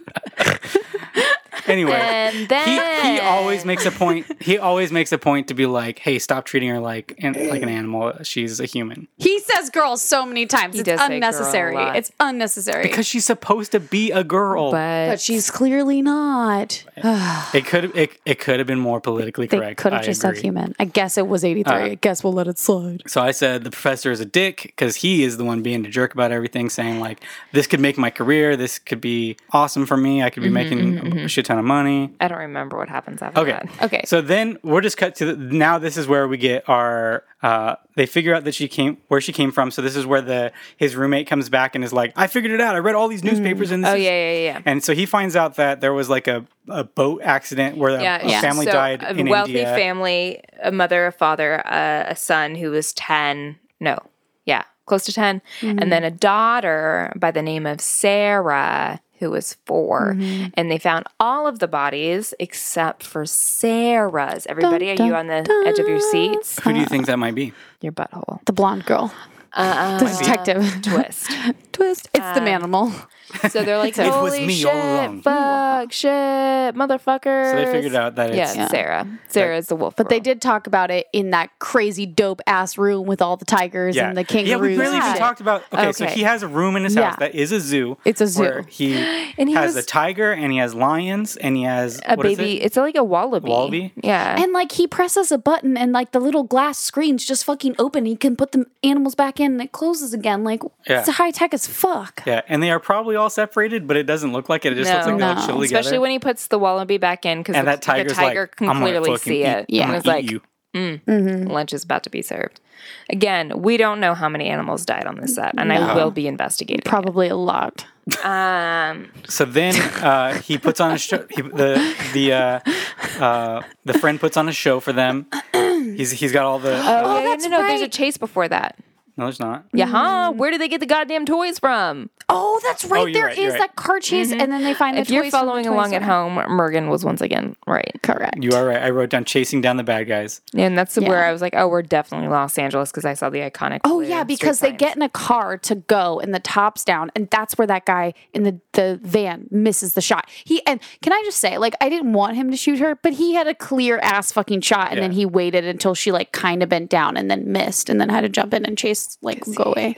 Anyway,
And
he, he
then-
always makes a point. He always makes a point to be like, "Hey, stop treating her like an, like an animal. She's a human
He says girl so many times. it's
does say girl a
unnecessary.
lot.
It's unnecessary.
because she's supposed to be a girl."
but,
but she's clearly not.
it could it, it could have been more politically
They
correct.
could have
I
just
agree. Uh,
said human. I guess it was 83. I guess we'll let it slide.
So I said the professor is a dick because he is the one being a jerk about everything, saying like, "This could make my career. This could be awesome for me. I could be making a shit ton of money."
I don't remember what happens after
Okay.
that.
Okay.
So then we're just cut to the, now. This is where we get our. Uh, they figure out that she came where she came from. So this is where the his roommate comes back and is like, "I figured it out. I read all these newspapers and this."
Oh
is-"
yeah, yeah, yeah.
And so he finds out that there was like a, a boat accident where a,
Yeah,
a family
so
died
A
in
wealthy
India.
family, a mother, a father, a, a son who was ten. No, yeah, close to 10 and then a daughter by the name of Sarah who was 4 and they found all of the bodies except for Sarah's. Everybody, are you on the edge of your seats?
Who do you think that might be?
Your butthole.
The blonde girl. Uh, the
um,
detective.
Twist.
*laughs* Twist. It's the
um,
manimal.
*laughs* So they're like,
was
holy
me
shit,
all along."
fuck, shit, motherfucker.
So they figured out that
Yeah,
it's
Sarah. Sarah is the wolf.
But they did talk about it in that crazy dope ass room with all the tigers and the kangaroos.
Yeah, we really
and
even
shit.
talked about. Okay, so
Okay.
he has a room in his house
Yeah.
that is a zoo.
It's a zoo.
Where he,
*gasps* And he
has
was-
a tiger and he has lions and he has
a
what is
baby.
it?
It's like a wallaby.
Wallaby?
Yeah.
And like he presses a button and like the little glass screens just fucking open. He can put the animals back in and it closes again. Like
Yeah.
it's high tech as fuck.
Yeah, and they are probably all separated, but it doesn't look like it. It just looks like
No.
they're like, chilled together.
Especially when he puts the wallaby back in because the,
and that tiger's
the tiger
like,
can
I'm gonna
clearly
fucking
see
eat- I'm
it. And
gonna
it's like,
eat you.
lunch is about to be served. Again, we don't know how many animals died on this set, and I will be investigating. it.
Probably a lot.
Um,
So then uh, he puts on a show. He, the the uh, uh, the friend puts on a show for them. He's he's got all the.
oh, yeah,
that's
no, no, there's a
right.
chase before that.
No, there's not.
Yeah, huh?
Mm.
Where do they get the goddamn toys from?
Oh, that's right.
you're
There
right,
is
you're right.
that car chase, and then they find the
Mm-hmm. If you're
toys from the
following
toy
along at
store.
home, Mergen was once again right. Correct.
You are right. I wrote down chasing down the bad guys.
And that's where
Yeah.
I was like, oh, we're definitely Los Angeles because I saw the iconic.
Oh
blue
yeah,
street
because they
signs.
get in a car to go, and the top's down, and that's where that guy in the the van misses the shot. He and can I just say, like, I didn't want him to shoot her, but he had a clear ass fucking shot, and then
Yeah.
he waited until she like kind of bent down, and then missed, and then had to jump in and chase like go away.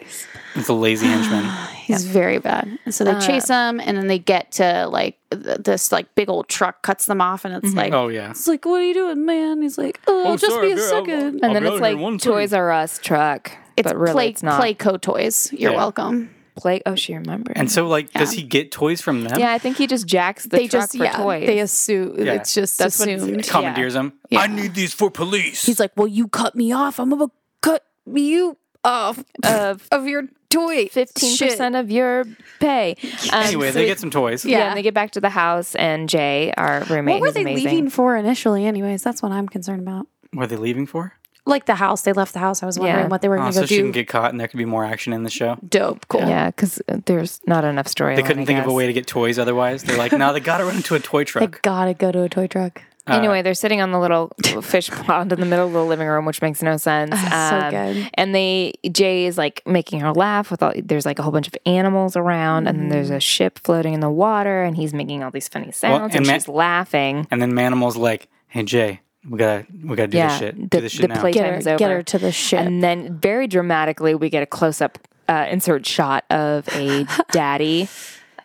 It's a lazy henchman.
*sighs*
He's very bad. And so
Um,
they chase him, and then they get to like th- this like big old truck cuts them off, and it's like,
Oh yeah.
it's like, what are you doing, man? He's like, oh,
Oh,
just
sorry,
be a
girl, I'll-
second.
And then
I'll be
it's
out here
like
in one
Toys
second.
R Us truck.
it's
but really,
play
it's not.
Playco toys. You're
Yeah.
welcome.
Play- Oh, she remembered.
And so like, does he get toys from them?
yeah, I think he just jacks the
they
truck
just
for
yeah
toys.
they assume
Yeah.
it's just
That's what it's
assumed.
like.
Commandeers them.
Yeah.
I need these for police.
He's like, well, you cut me off. I'm gonna cut you off
Of-
of your toy.
Fifteen percent of your pay. Um,
anyway,
so
they
we-
get some toys.
Yeah.
Yeah.
and they get back to the house, and Jay, our roommate,
What were
who's
they
amazing.
leaving for initially? Anyways, that's what I'm concerned about.
What are they leaving for?
Like the house, they left the house. I was wondering
Yeah.
what they were
Oh,
gonna
so
go
she
do.
can get caught, and there could be more action in the show.
Dope, cool.
Yeah, because there's not enough story.
They couldn't think of a way to get toys. Otherwise, they're like, no, they got to run into a toy
Oh, *laughs* They
truck.
gotta go to a toy truck.
anyway, they're sitting on
*laughs*
the little fish pond in the middle of the living room, which makes no sense.
Ah,
Um,
So good.
And they Jay is like making her laugh with all. There's like a whole bunch of animals around, and then
Mm.
there's a ship floating in the water, and he's making all these funny sounds, and,
and Ma-
she's laughing.
And then Manimal's like, hey Jay, we gotta we gotta do
Yeah,
this shit.
the-
do this
the
shit now.
play-
Get
Time's
her, get
over.
her to the ship.
And then very dramatically, we get a close up uh, insert shot of a daddy.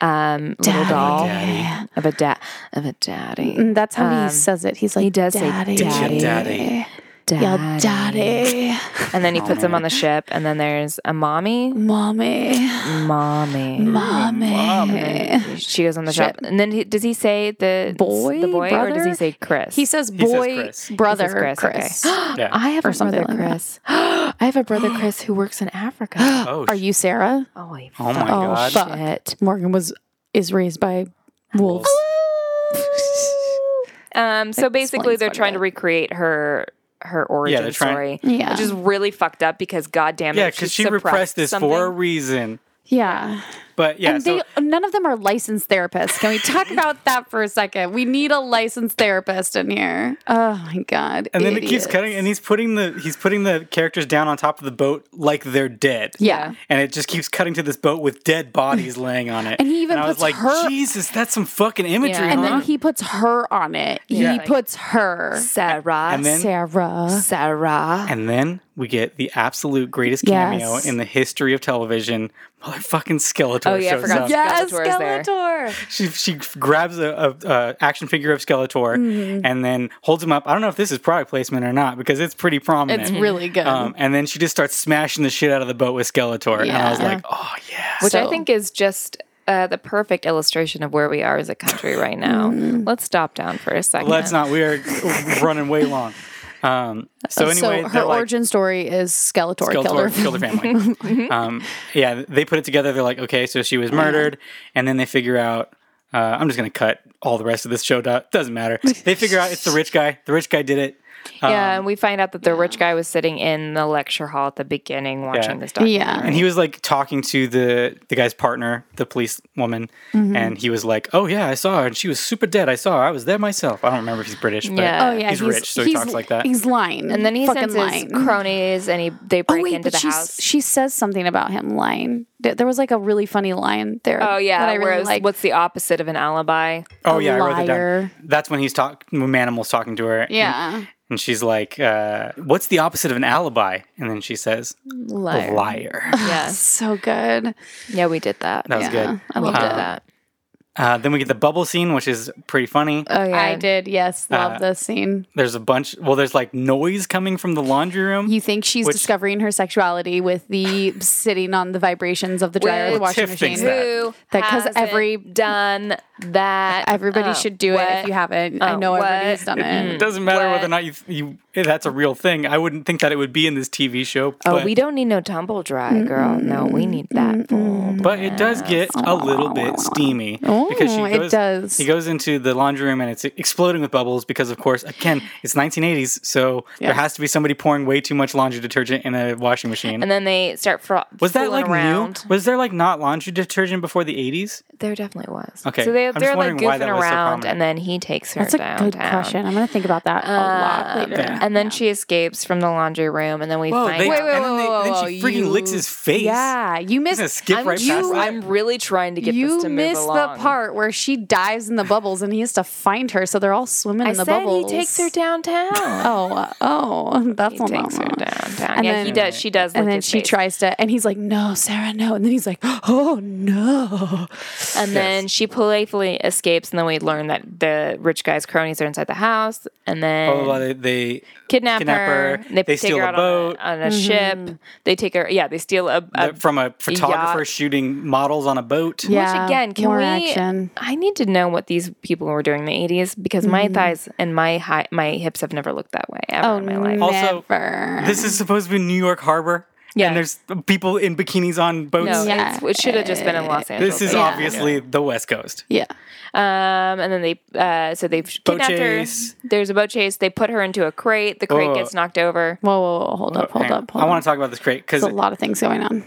Um, little doll
Daddy.
of a dad of a daddy, Um,
And Mm, that's how he says it. He's like,
he does say,
daddy,
"Daddy,
daddy."
yeah,
daddy,
daddy,
and then he puts him on the ship, and then there's a mommy,
mommy,
mommy,
mommy.
She goes on the ship, and then he, does he say the
Boy,
the boy, or does he
brother?
say Chris?
He says
says
boy,
Chris. He
brother,
says Chris,
Chris.
*gasps*
*gasps*
Yeah.
I have a
something
brother
like that.
Chris. I have a brother Chris who works in *gasps* Africa.
oh,
Are
sh-
you Sarah?
oh, wait.
oh my god.
fuck.
shit.
Morgan was is raised by wolves.
Um, so basically,
explains
they're
quite a
trying to
bit.
recreate her her origin
they're trying-
story,
Yeah.
which is really fucked up because goddamn,
Yeah,
it,
because
she,
she repressed
suppressed
this
something.
for a reason.
yeah.
But yeah,
and
so
they none of them are licensed therapists. Can we
*laughs*
talk about that for a second? We need a licensed therapist in here. Oh my god.
and then it keeps
idiots.
cutting, and he's putting the he's putting the characters down on top of the boat like they're dead.
Yeah.
and it just keeps cutting to this boat with dead bodies laying on it.
And he even
I was
puts
like,
her-
Jesus, that's some fucking imagery.
Yeah.
huh?
And then he puts her on it.
Yeah.
He puts her
Sarah,
And then-
Sarah.
Sarah,
And then we get the absolute greatest
Yes.
cameo in the history of television. Motherfucking Skeletor
Oh, yeah, I
shows
forgot
up.
Skeletor.
Yes,
Skeletor's there.
Skeletor.
She, she grabs a, a, a action figure of Skeletor and then holds him up. I don't know if this is product placement or not because it's pretty prominent. *laughs*
It's really good.
Um, and then she just starts smashing the shit out of the boat with Skeletor. And I was
Yeah.
like, oh, yeah.
which I
So-
think is just uh, the perfect illustration of where we are as a country right now.
Mm.
Let's stop down for a 2nd
Let's not. We are running way long. Um, so, anyway,
so her
they're like,
origin story is Skeletor, killed her
*laughs*
Mm-hmm.
Skeletor killed her
*laughs*
family. um, yeah, they put it together. They're like, okay, so she was murdered, and then they figure out. Uh, I'm just gonna cut all the rest of this show. do- Doesn't matter. They figure out it's the rich guy. The rich guy did it. um,
yeah, and we find out that the rich guy was sitting in the lecture hall at the beginning watching
Yeah.
this documentary.
Yeah.
And he was like talking to the the guy's partner, the police woman,
Mm-hmm.
and he was like, "Oh yeah, I saw her, and she was super dead. I saw her. I was there myself. I don't remember if he's British, but
Yeah.
Oh yeah,
he's, rich, so he
he's-
talks like that.
He's lying,
And then he
fucking
sends
lying. Oh,
his cronies and he they break into the
she s-
house.
she says something about him lying. Th- There was like a really funny line there.
Oh yeah,
that I
where it
really
was,
like.
what's the opposite of
*sighs*
an alibi?
oh
a
yeah, I wrote it down.
liar.
That's when he's talking. When Manimal's talking to her.
yeah,
And she's like, uh, "What's the opposite of an alibi?" And then she says, "A
Liar. *laughs*
liar."
Yes.
so good.
Yeah, we did that.
That was
Yeah,
good.
I loved
we
it.
did that.
Uh, then we get the bubble scene, which is pretty funny.
Oh yeah.
I did. Yes,
Uh,
love this scene.
There's a bunch. Well, there's like noise coming from the laundry room.
You think she's
which-
discovering her sexuality with the sitting on the vibrations of the dryer, or the
Well,
washing
Tiff thinks
machine?
that.
Who
That 'cause
hasn't
every-
done that.
Everybody
Oh,
should do it
what?
if you haven't. I
Oh,
know
what?
everybody's done
it
it.
doesn't matter
What?
whether or not you, you that's a real thing. I wouldn't think that it would be in this TV show.
Oh,
but,
we don't need no tumble dry, girl. No, we need that. full.
But it does get a little bit steamy.
Oh,
because she
it
goes,
does.
He goes into the laundry room and it's exploding with bubbles because, of course, again, it's 1980s, so
Yeah.
there has to be somebody pouring way too much laundry detergent in a washing machine.
And then they start fro-
was that
fooling
like
around.
new? Was there like not laundry detergent before the 80s?
There definitely was.
Okay,
So they,
I'm just
they're like
wondering why
goofing
that was so
around,
prominent.
and then he takes her
That's a
down. Um,
good question. I'm gonna think about that a lot later.
And then she escapes from the laundry room, and then we
Whoa,
find.
they,
Wait, wait,
and then, they,
whoa,
then she
whoa,
freaking licks
you-
his face.
Yeah, you missed.
gonna skip
I'm-
right past
you,
that?
I'm-
I'm really trying to get
you
this to move
missed
along.
the part where she dives in the bubbles and he has to find her. So they're all swimming
I
in the
said
bubbles.
he takes her *laughs* downtown.
Oh, uh, oh, *laughs* that's
he
what
takes her
I'm-
downtown.
And
yeah,
then-
he does. She does.
And
lick
then
his
she
face.
tries to, and he's like, "No, Sarah, no." And then he's like, *gasps* "Oh no."
And then she playfully escapes, and then we learn that the rich guy's cronies are inside the house, and then
Oh, well, they, they
kidnap, her. They,
They
take
steal
her
a
out on
boat
a- on a, ship. They take her. Yeah, they steal a. a
they're from a photographer
yacht.
shooting models on a boat.
Yeah,
Which again, can
more
we?
action.
I need to know what these people were doing in the eighties because my thighs and my hi- my hips have never looked that way ever in my life.
Also,
Never.
This is supposed to be New York Harbor.
Yeah.
And there's people in bikinis on boats.
No,
Yeah.
it's- it should have just been in Los Angeles.
This is
Yeah.
obviously the West Coast.
yeah.
Um, and then they, uh, so they've kidnapped
chase.
her. There's a boat chase. They put her into a crate. The crate
Oh.
gets knocked over.
Whoa, whoa, whoa, hold up, hold
Hang on.
up. Hold
I want
up.
to talk about this crate because
There's a lot of things going on.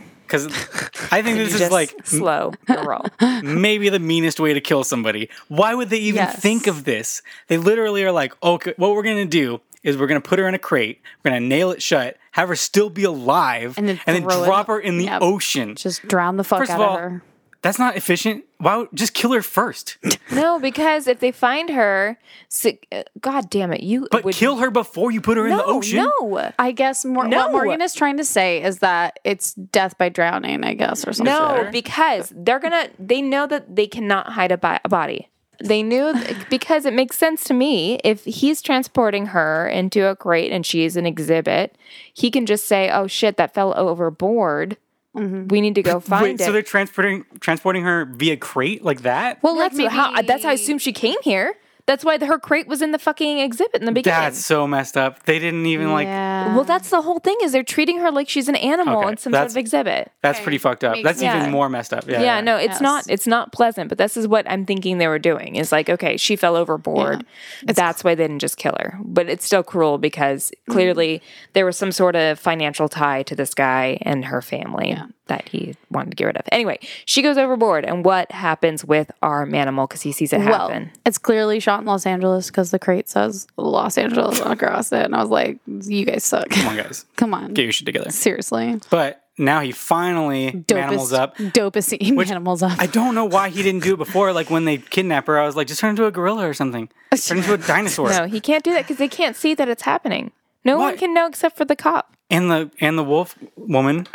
*laughs*
I think this is
Just
like *laughs*
slow roll.
maybe the meanest way to kill somebody. Why would they even
Yes.
think of this? They literally are like, okay, what we're gonna do is we're gonna put her in a crate, we're gonna nail it shut, have her still be alive,
And then throw it-
drop her in the
Yep.
ocean.
Just drown the fuck
First
out
of all,
of her.
that's not efficient. Why would, just kill her
*clears throat*
first?
no, because if they find her, si- uh, God damn it, you
But
would
kill her before you put her in
No,
the ocean.
Oh, no,
I guess more,
No.
what Morgan is trying to say is that it's death by drowning, I guess, or something.
no, because they're gonna. They know that they cannot hide a, bi- a body. They knew th- because it makes sense to me. If he's transporting her into a crate and she's an exhibit, he can just say, "Oh shit, that fell overboard. We need to go find
Wait,
it."
so they're transporting transporting her via crate like that?
Well,
Like
that's how that's how I
maybe-
assume she came here. That's why her crate was in the fucking exhibit in the beginning.
That's so messed up. They didn't even like.
yeah.
well, that's the whole thing is they're treating her like she's an animal
Okay,
in some sort
that's-
of exhibit.
That's pretty fucked up. That's
sense.
even
Yeah.
more messed up. Yeah.
Yeah, no, it's
Yes.
not it's not pleasant, but this is what I'm thinking they were doing. Is like, okay, she fell overboard. That's why they didn't just kill her. But it's still cruel because clearly there was some sort of financial tie to this guy and her family that he wanted to get rid of. Anyway, she goes overboard and what happens with our manimal because he sees it
well,
happen.
it's clearly shot in Los Angeles because the crate says Los Angeles across it. And I was like, you guys suck.
Come on, guys,
*laughs* Come on.
get your shit together.
Seriously.
But now he finally animals
Dopest-
up.
Dopest animals up.
*laughs* I don't know why he didn't do it before. Like when they kidnap her, I was like, just turn into a gorilla or
*laughs*
something. Turn into a dinosaur.
No, he can't do that because they can't see that it's happening. No
Why?
one can know except for the cop.
And the and the wolf woman.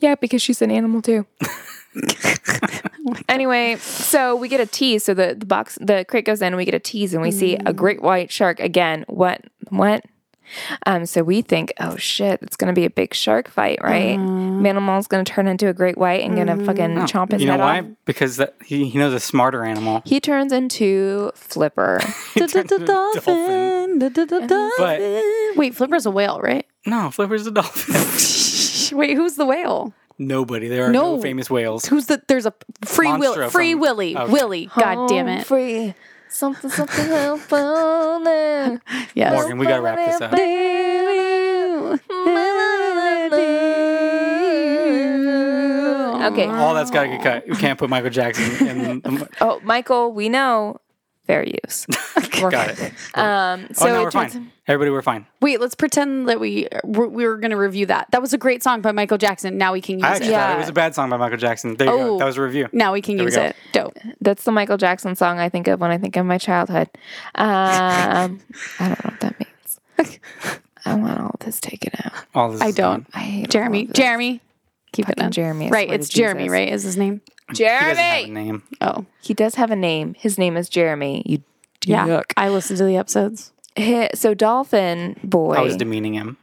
Yeah, because she's an animal too. *laughs* anyway, so we get a tease. So the, the box, the crate goes in, and we get a tease, and we see a great white shark again. What? What? Um, so we think, oh shit, it's gonna be a big shark fight, right? Manimal's gonna turn into a great white and gonna fucking chomp
Mm-hmm.
his
You know
head
why?
off.
Because that, he he knows a smarter animal.
He turns into *laughs* Flipper.
dolphin.
*laughs* Dolphin.
But
Wait, Flipper's a whale,
*laughs*
right?
no, Flipper's a
*laughs*
dolphin.
Wait, who's the whale?
Nobody. There are no,
No.
famous whales.
Who's the? There's a free
Monstro
will, free
from-
Willy,
okay.
Willy.
Oh,
God damn it!
Free something, something *laughs* helpful.
yes.
Morgan, we gotta wrap this up.
Okay.
All that's gotta get cut. We can't put Michael Jackson in. The,
Oh, Michael, we know fair
*laughs*
use.
got it.
Um, so
oh no,
it
Oh, we're
turns-
fine. Everybody, we're fine.
Wait, let's pretend that we we we were gonna review that. That was a great song by Michael Jackson. Now we can use
I actually
it.
thought
Yeah.
it was a bad song by Michael Jackson. There you go.
Oh.
That was a review.
Now we can
There we
use
go.
it. Dope.
that's the Michael Jackson song I think of when I think of my childhood. Um, I don't know what that means.
*laughs*
I want all this taken out.
All this
I
is
don't.
I hate all
Jeremy,
of this.
Jeremy, keep it
Fucking
in.
Jeremy, I
right?
swear to
It's Jeremy,
Jesus.
right? Is his name?
He doesn't have a
Jeremy.
name.
Oh,
He does have a name. His name is Jeremy. You
yeah.
dick.
I listened to the episodes.
Hi- So Dolphin Boy.
I was demeaning him.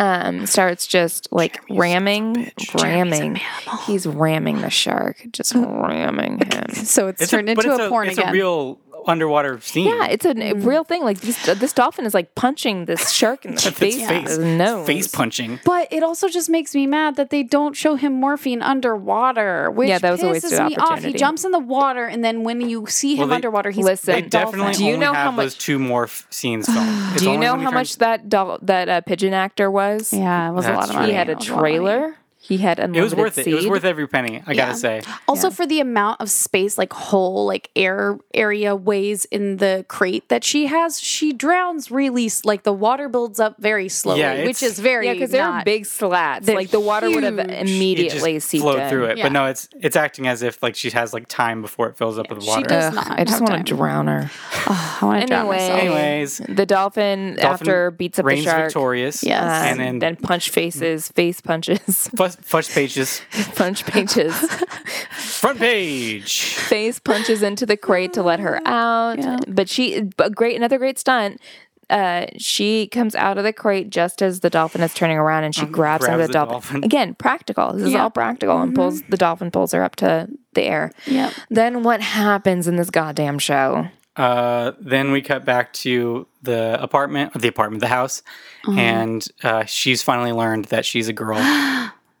um, starts just like ramming, ramming.
Oh.
He's ramming the shark, just ramming him.
So it's,
It's a-
turned
but
into
it's
a, porn
it's
again.
a real underwater scene.
Yeah,
*laughs*
it's a
Mm.
n- real thing. Like these, this dolphin is like punching this shark in the face.
It's
with
face,
his nose.
face punching.
But it also just makes me mad that they don't show him morphine underwater, which
Yeah, that was a
pisses
wasted
me off. He
opportunity.
jumps in the water, and then when you see him
Well, they-
underwater, he's
Listen,
a
They
Dolphin.
definitely
Do you
only
know
have
how much-
those two morph
*sighs*
scenes filmed. It's
Do you
only
know
when he
how
turns-
much that doll, that uh, pigeon actor was?
Yeah, it was a
That's
lot of
true.
money.
He had a
It was lot of money.
trailer. He had unlimited
It was worth it. It was
seed.
worth every penny. I gotta say.
Also, for the amount of space, like whole like air area ways in the crate that she has, she drowns really s- like the water builds up very slowly,
Yeah, it's-
which is very
Yeah, because there are
not-
big slats.
They're
Like the water would have
huge.
It
immediately
just
seeped
flowed
in.
through it,
Yeah.
but no, it's it's acting as if like she has like time before it fills up with
she
water.
does-
Ugh,
not
I just
have
want to
time.
drown her.
I want to drown
Anyway.
myself.
Anyways,
The dolphin,
Dolphin
after beats up the
reigns
shark.
victorious.
Yes.
uh,
and then, then
punch faces, face punches, *laughs*
fudge pages,
punch pages,
front page.
face punches into the crate to let her out. But she, but great, another great stunt. Uh, she comes out of the crate just as the dolphin is turning around, and she grabs,
grabs
onto the,
the
dolphin.
dolphin.
Again, practical. This is
Yeah.
all practical, and pulls the dolphin pulls her up to the air.
Yep.
Then what happens in this goddamn show?
Uh, then we cut back to the apartment, the apartment, the house,
Mm-hmm.
and uh, she's finally learned that she's a
*gasps*
girl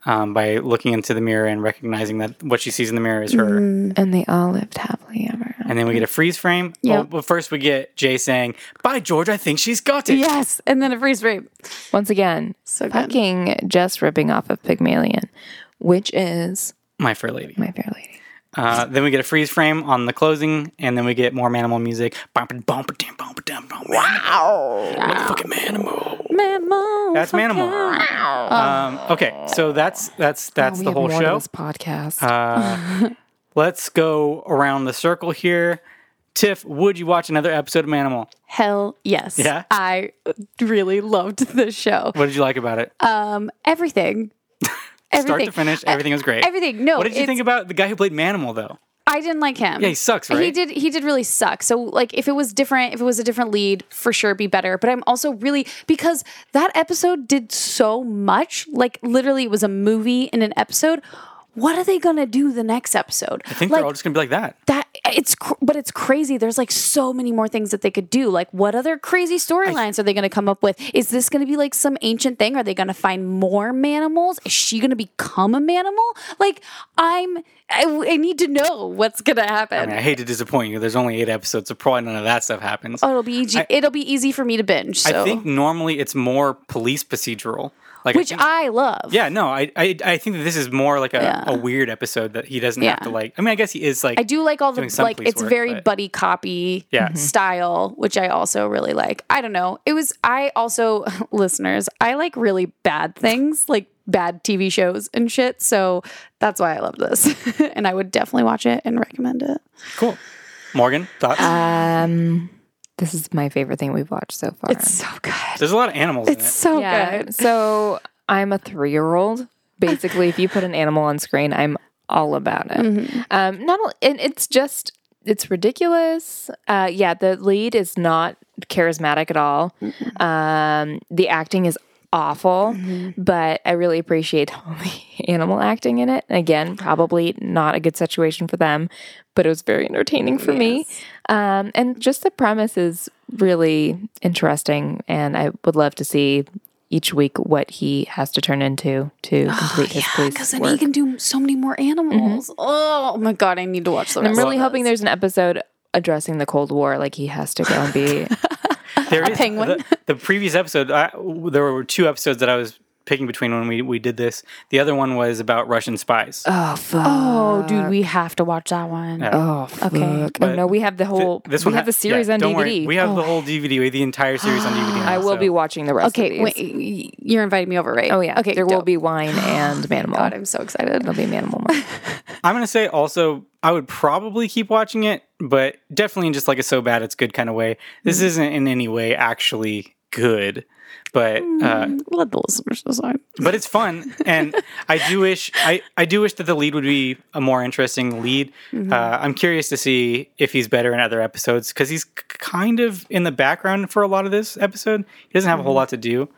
um, by looking into the mirror and recognizing that what she sees in the mirror is her.
And they all lived happily ever. after.
And then we get a freeze frame. Well, but first we get Jay saying, "By George, I think she's got it."
Yes, and then a freeze frame.
Once again,
So good.
fucking just ripping off of Pygmalion, which is
My fair lady.
my fair lady.
Uh, then we get a freeze frame on the closing, and then we get more manimal music. Wow! Motherfucking manimal.
Mammal.
That's manimal. Um, okay, so that's
Oh,
that's that's
We
the
have
whole
more to
show. Uh,
This podcast.
Let's go around the circle here. Tiff, would you watch another episode of Manimal?
Hell yes.
Yeah?
I really loved this show.
What did you like about it?
Everything. Uh, Everything.
*laughs*
E- Uh,
Start to finish, everything was great.
Everything. No.
What did you
it's-
think about the guy who played Manimal though?
I didn't like him.
Yeah, he sucks,
He
right?
did. He did really suck. So, like, if it was different, if it was a different lead, for sure, be better. But I'm also really because that episode did so much. Like, literally, it was a movie in an episode. What are they gonna do the next episode?
I think
like,
they're all just gonna be like that.
that it's cr- but it's crazy there's like so many more things that they could do like what other crazy storylines are they going to come up with is this going to be like some ancient thing are they going to find more manimals is she going to become a manimal like i'm i, I need to know what's going to happen
I mean, I hate to disappoint you. There's only eight episodes, so probably none of that stuff happens.
oh it'll be easy
I-
it'll be easy for me to binge so
I think normally it's more police procedural. Like
which
I think-
i love
Yeah, no, I, I I think that this is more like a,
Yeah.
a weird episode that he doesn't have
Yeah.
to like. I mean, I guess he is like.
I do like all the
doing some
like
police
it's
work,
very
but-
buddy copy
Yeah. Mhm.
style, which I also really like. I don't know. It was I also *laughs* listeners, I like really bad things, like bad TV shows and shit. So that's why I love this. *laughs* and I would definitely watch it and recommend it.
cool. Morgan thoughts.
um, this is my favorite thing we've watched so far.
It's so good.
There's a lot of animals in it.
It's so
yeah.
good.
So I'm a three year old. Basically, if you put an animal on screen, I'm all about it.
Mm-hmm.
Um, not al- and it's just it's ridiculous. Uh, yeah, the lead is not charismatic at all.
Mm-hmm.
Um, the acting is awful,
Mm-hmm.
but I really appreciate *laughs* all the animal acting in it. Again, probably not a good situation for them, but it was very entertaining for me. Um, and just the premise is really interesting, and I would love to see each week what he has to turn into to complete his
Because Oh,
police
then
work.
he can do so many more animals. Oh my god, I need to watch the rest.
I'm really
of
hoping
this.
there's an episode addressing the Cold War. Like he has to
*laughs*
go and be.
There is-
penguin.
The, the previous episode, I, there were two episodes that I was picking between when we, we did this. The other one was about Russian spies.
oh fuck!
Oh, dude, we have to watch that one.
Yeah.
Oh fuck! Oh no, we have the whole.
This
we
one
have
ha-
the series
yeah,
on
don't
DVD.
Worry. We have the whole DVD, we have the entire series on DVD.
Oh. I
now,
will
so-
be watching the rest. of
Okay,
these.
wait, y- you're inviting me over, right?
Oh yeah.
Okay,
There will
dope. Oh
be wine
*gasps*
and manimal.
God, I'm so excited.
It'll be manimal.
*laughs*
month.
I'm gonna say also, I would probably keep watching it, but definitely in just like a so bad it's good kind of way.
Mm-hmm.
This isn't in any way actually good, but uh,
Let the listeners decide.
but it's fun and i do wish I, I do wish that the lead would be a more interesting lead
Mm-hmm.
uh, i'm curious to see if he's better in other episodes because he's k- kind of in the background for a lot of this episode he doesn't have a whole
Mm-hmm.
lot to do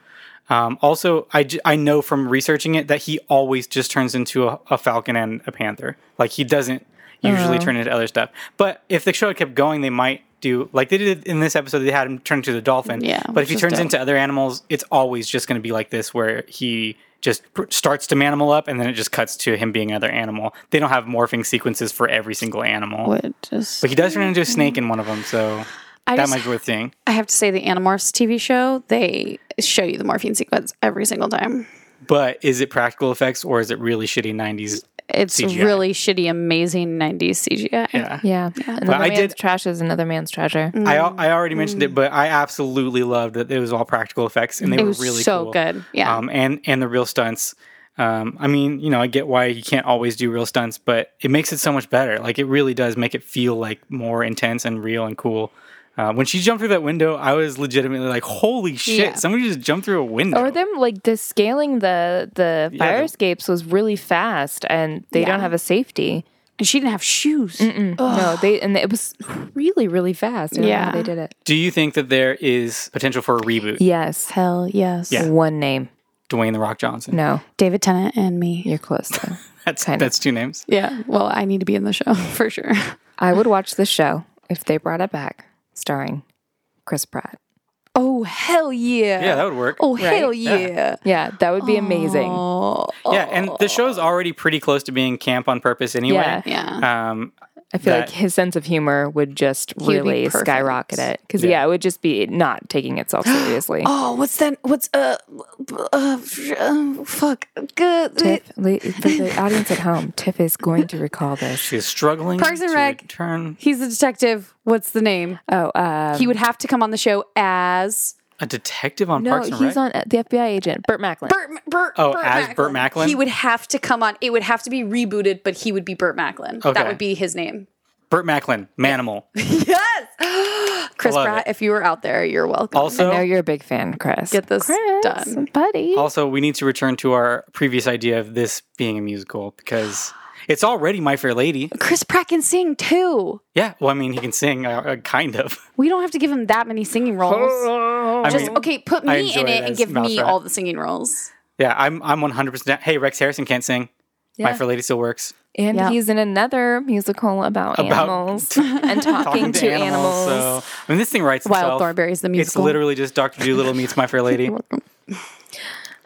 um, also I, j- I know from researching it that he always just turns into a, a falcon
Uh-huh.
and a panther like he doesn't usually turn into other stuff but if the show had kept going they might do like they did in this episode. They had him turn into the dolphin.
Yeah,
but if
which
he
is
turns
dope.
into other animals, it's always just going to be like this, where he just pr- starts to manimal up, and then it just cuts to him being another animal. They don't have morphing sequences for every single animal,
Would just
but he does turn into a snake in one of them. So
I
that
just-
might be worth seeing.
I have to say the Animorphs TV show, they show you the morphine sequence every single time.
But is it practical effects or is it really shitty '90s?
It's
CGI.
really shitty, amazing 90s CGI.
Yeah.
Yeah. Another
I
man's
did-
trash is another man's treasure.
I, al- I already mentioned it, but I absolutely loved that it was all practical effects and they
Mm. It
were
was
really
so
cool.
good. Yeah.
um, and and the real stunts. Um, I mean, you know, I get why you can't always do real stunts, but it makes it so much better. Like it really does make it feel like more intense and real and cool. Uh, when she jumped through that window, I was legitimately like, "Holy shit!
Yeah.
Somebody just jumped through a window."
Or them like the scaling the the
Yeah,
fire
the-
escapes was really fast, and they don't
Yeah. Mm.
have a safety.
And she didn't have shoes.
Mm. No, they and it was really really fast. I don't know how
Yeah.
they did it.
Do you think that there is potential for a reboot?
Yes,
Hell yes.
Yeah.
one name.
Dwayne the Rock Johnson.
No,
David Tennant and me.
you're close.
*laughs*
Though.
that's
kind of.
that's two names.
Yeah. Well, I need to be in the show *laughs* for sure.
I would watch the show if they brought it back, starring Chris Pratt.
Oh, hell yeah.
Yeah, that would work.
Oh, hell
Right?
yeah.
Yeah, that would be amazing.
Oh,
Yeah, and the show's already pretty close to being camp on purpose anyway.
yeah.
Um,
I feel
that-
like his sense of humor would just really
perfect.
skyrocket it. Because
Yeah.
yeah. it would just be not
*gasps*
taking itself seriously.
Oh, what's that? What's uh, uh, uh fuck, good.
Tiff, le- for the audience at home, Tiff is going to recall this.
she is struggling.
Parks and
to
Rec.
return
He's a detective. What's the name?
Oh, uh,
he would have to come on the show as
a detective on
no,
Parks and Rec.
he's on uh, the FBI agent, Burt Macklin.
Burt. Burt
Oh, as Burt Macklin?
He would have to come on. It would have to be rebooted, but he would be Burt Macklin.
Okay.
That would be his name.
Burt Macklin, Manimal.
*laughs* Yes, *gasps* Chris
Love
Pratt.
it.
If you were out there, you're welcome.
Also,
I know you're a big fan, Chris.
Get this
Chris,
done.
buddy.
also, we need to return to our previous idea of this being a musical because it's already My Fair Lady.
Chris Pratt can sing too.
Yeah, well, I mean, he can sing, uh, uh, kind
*laughs*
of.
We don't have to give him that many singing roles.
Oh,
I
Just
mean,
okay, put
I
me in
enjoy
it
it
and
as
give me
Mouse Rat.
all the singing roles.
yeah, I'm, I'm 100. percent Hey, Rex Harrison can't sing. My
Yeah.
Fair Lady still works.
And
Yeah.
he's in another musical about,
About-
animals and *laughs* talking, to, animals.
So, I mean, this thing writes
Wild
itself.
Thornberry is the
It's
musical.
literally just Doctor Doolittle meets My Fair
*laughs*
Lady.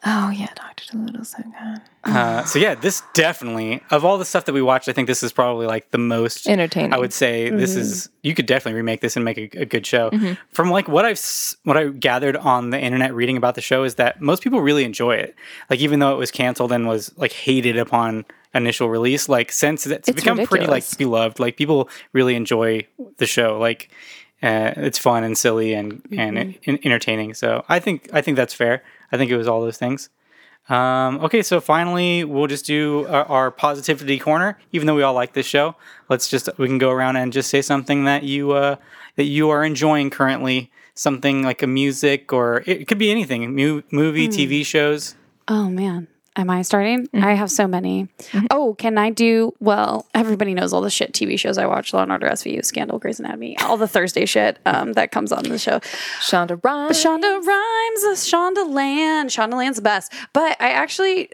Oh yeah, Doctor Dolittle, so good.
Uh, so yeah, this definitely of all the stuff that we watched, I think this is probably like the most
Entertaining.
I would say this is you could definitely remake this and make a, a good show. From like what I've s- what I gathered on the internet reading about the show is that most people really enjoy it. Like even though it was canceled and was like hated upon initial release, like since it's,
It's
become pretty
ridiculous.
like beloved. Like people really enjoy the show. Like uh, it's fun and silly and and,
Mm-hmm.
en- entertaining. So I think I think that's fair. I think it was all those things. Um, okay, so finally, we'll just do our, our positivity corner. Even though we all like this show, let's just we can go around and just say something that you uh, that you are enjoying currently. Something like a music, or it could be anything, mu- movie,
Hmm.
TV shows.
Oh man. Am I starting? I have so many. Oh, can I do? Well, everybody knows all the shit TV shows I watch: Law and Order, SVU, Scandal, Grey's Anatomy, all the Thursday shit um, that comes on the show.
Shonda Rhimes.
Shonda Rhimes, Shonda Land, Shonda Land's the best. But I actually,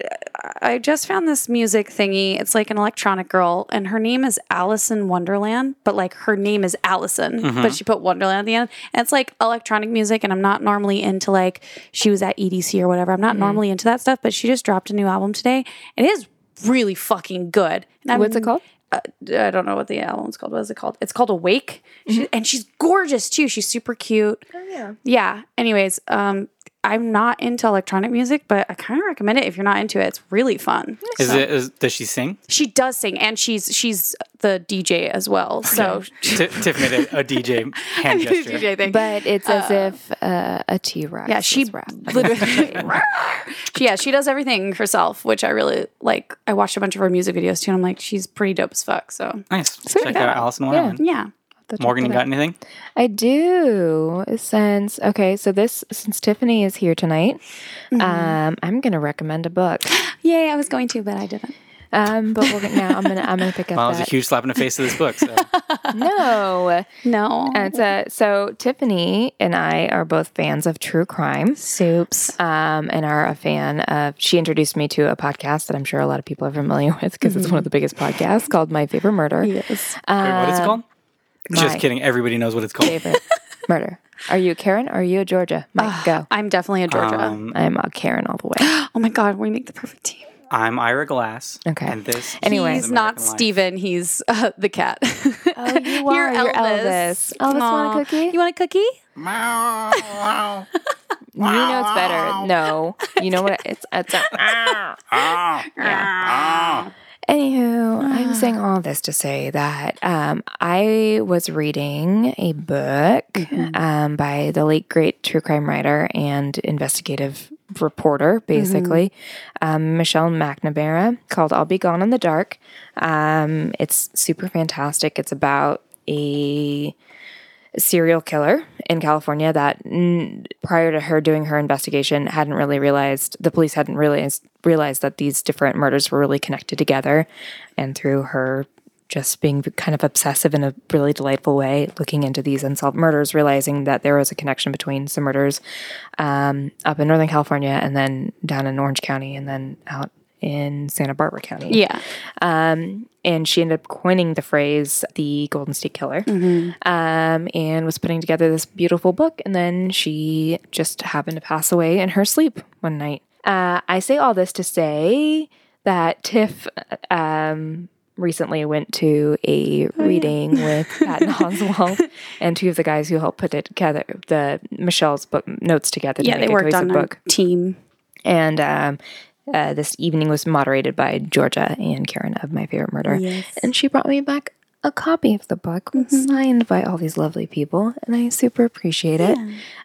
I just found this music thingy. It's like an electronic girl, and her name is Allison Wonderland. But like her name is Allison, but she put Wonderland at the end. And it's like electronic music, and I'm not normally into like she was at EDC or whatever. I'm not normally into that stuff. But she just dropped a new album today. It is really fucking good. And I'm-
What's it called?
uh, I don't know what the album's called. What is it called? It's called Awake.
Mm-hmm.
She, and she's gorgeous too. She's super cute. Oh yeah. Yeah. Anyways, um, I'm not into electronic music, but I kind of recommend it if you're not into it. It's really fun.
Mm.
Is it? Is, does she sing?
She does sing, and she's she's the DJ as well. So
T- Tiff made a, a
*laughs*
DJ hand
*laughs*
gesture.
DJ thing.
But it's as if uh, a T Rex.
yeah, she *laughs* literally. yeah, she does everything herself, which I really like. I watched a bunch of her music videos too, and I'm like, she's pretty dope as fuck. So
Nice. Check out Allison Wonderland.
yeah.
Morgan, you got anything?
I do. Since okay, so this since Tiffany is here tonight, um, I'm gonna recommend a book.
Yay! I was going to, but I didn't.
Um, but we're gonna, now I'm gonna I'm gonna pick up
Well, it was
that.
a huge slap in the face to this book.
*laughs*
So.
no.
No.
And so, so Tiffany and I are both fans of true crime.
Soups.
um, and are a fan of. She introduced me to a podcast that I'm sure a lot of *laughs* people are familiar with because it's one of the biggest podcasts called My Favorite Murder.
Yes.
Wait, what is it called? Just
Um, My
kidding. Everybody knows what it's called.
Favorite murder. Are you Karen? Or are you a Georgia? Mike, go.
I'm definitely a Georgia.
Um,
I'm a Karen all the way.
oh my God, we make the perfect team.
I'm Ira Glass.
Okay.
And this.
Anyway.
he's not
American life.
Steven. He's uh, the cat. Oh,
you
*laughs*
are. You're Elvis. Elvis, want a cookie?
You want a cookie?
You know it's better. No. You know what? It's, it's a, Yeah. Anywho, I'm saying all this to say that um, I was reading a book um, by the late great true crime writer and investigative reporter, basically, um, Michelle McNamara, called "I'll Be Gone in the Dark." Um, it's super fantastic. It's about a serial killer in California that mm, prior to her doing her investigation hadn't really realized the police hadn't realized realized that these different murders were really connected together and through her just being kind of obsessive in a really delightful way looking into these unsolved murders realizing that there was a connection between some murders um, up in northern california and then down in orange county and then out in santa barbara county
Yeah.
um, and she ended up coining the phrase the Golden State Killer
Mm-hmm.
um, and was putting together this beautiful book. And then she just happened to pass away in her sleep one night. Uh, I say all this to say that Tiff um, recently went to
Oh,
a reading
*laughs*
with Patton Oswald and two of the guys who helped put it together, the Michelle's book notes together. to
Yeah,
make
they
a
worked on
cohesive
a
book.
team.
And um, uh, this evening was moderated by Georgia and Karen of My Favorite Murder. And she brought me back a copy of the book signed by all these lovely people. And I super appreciate it.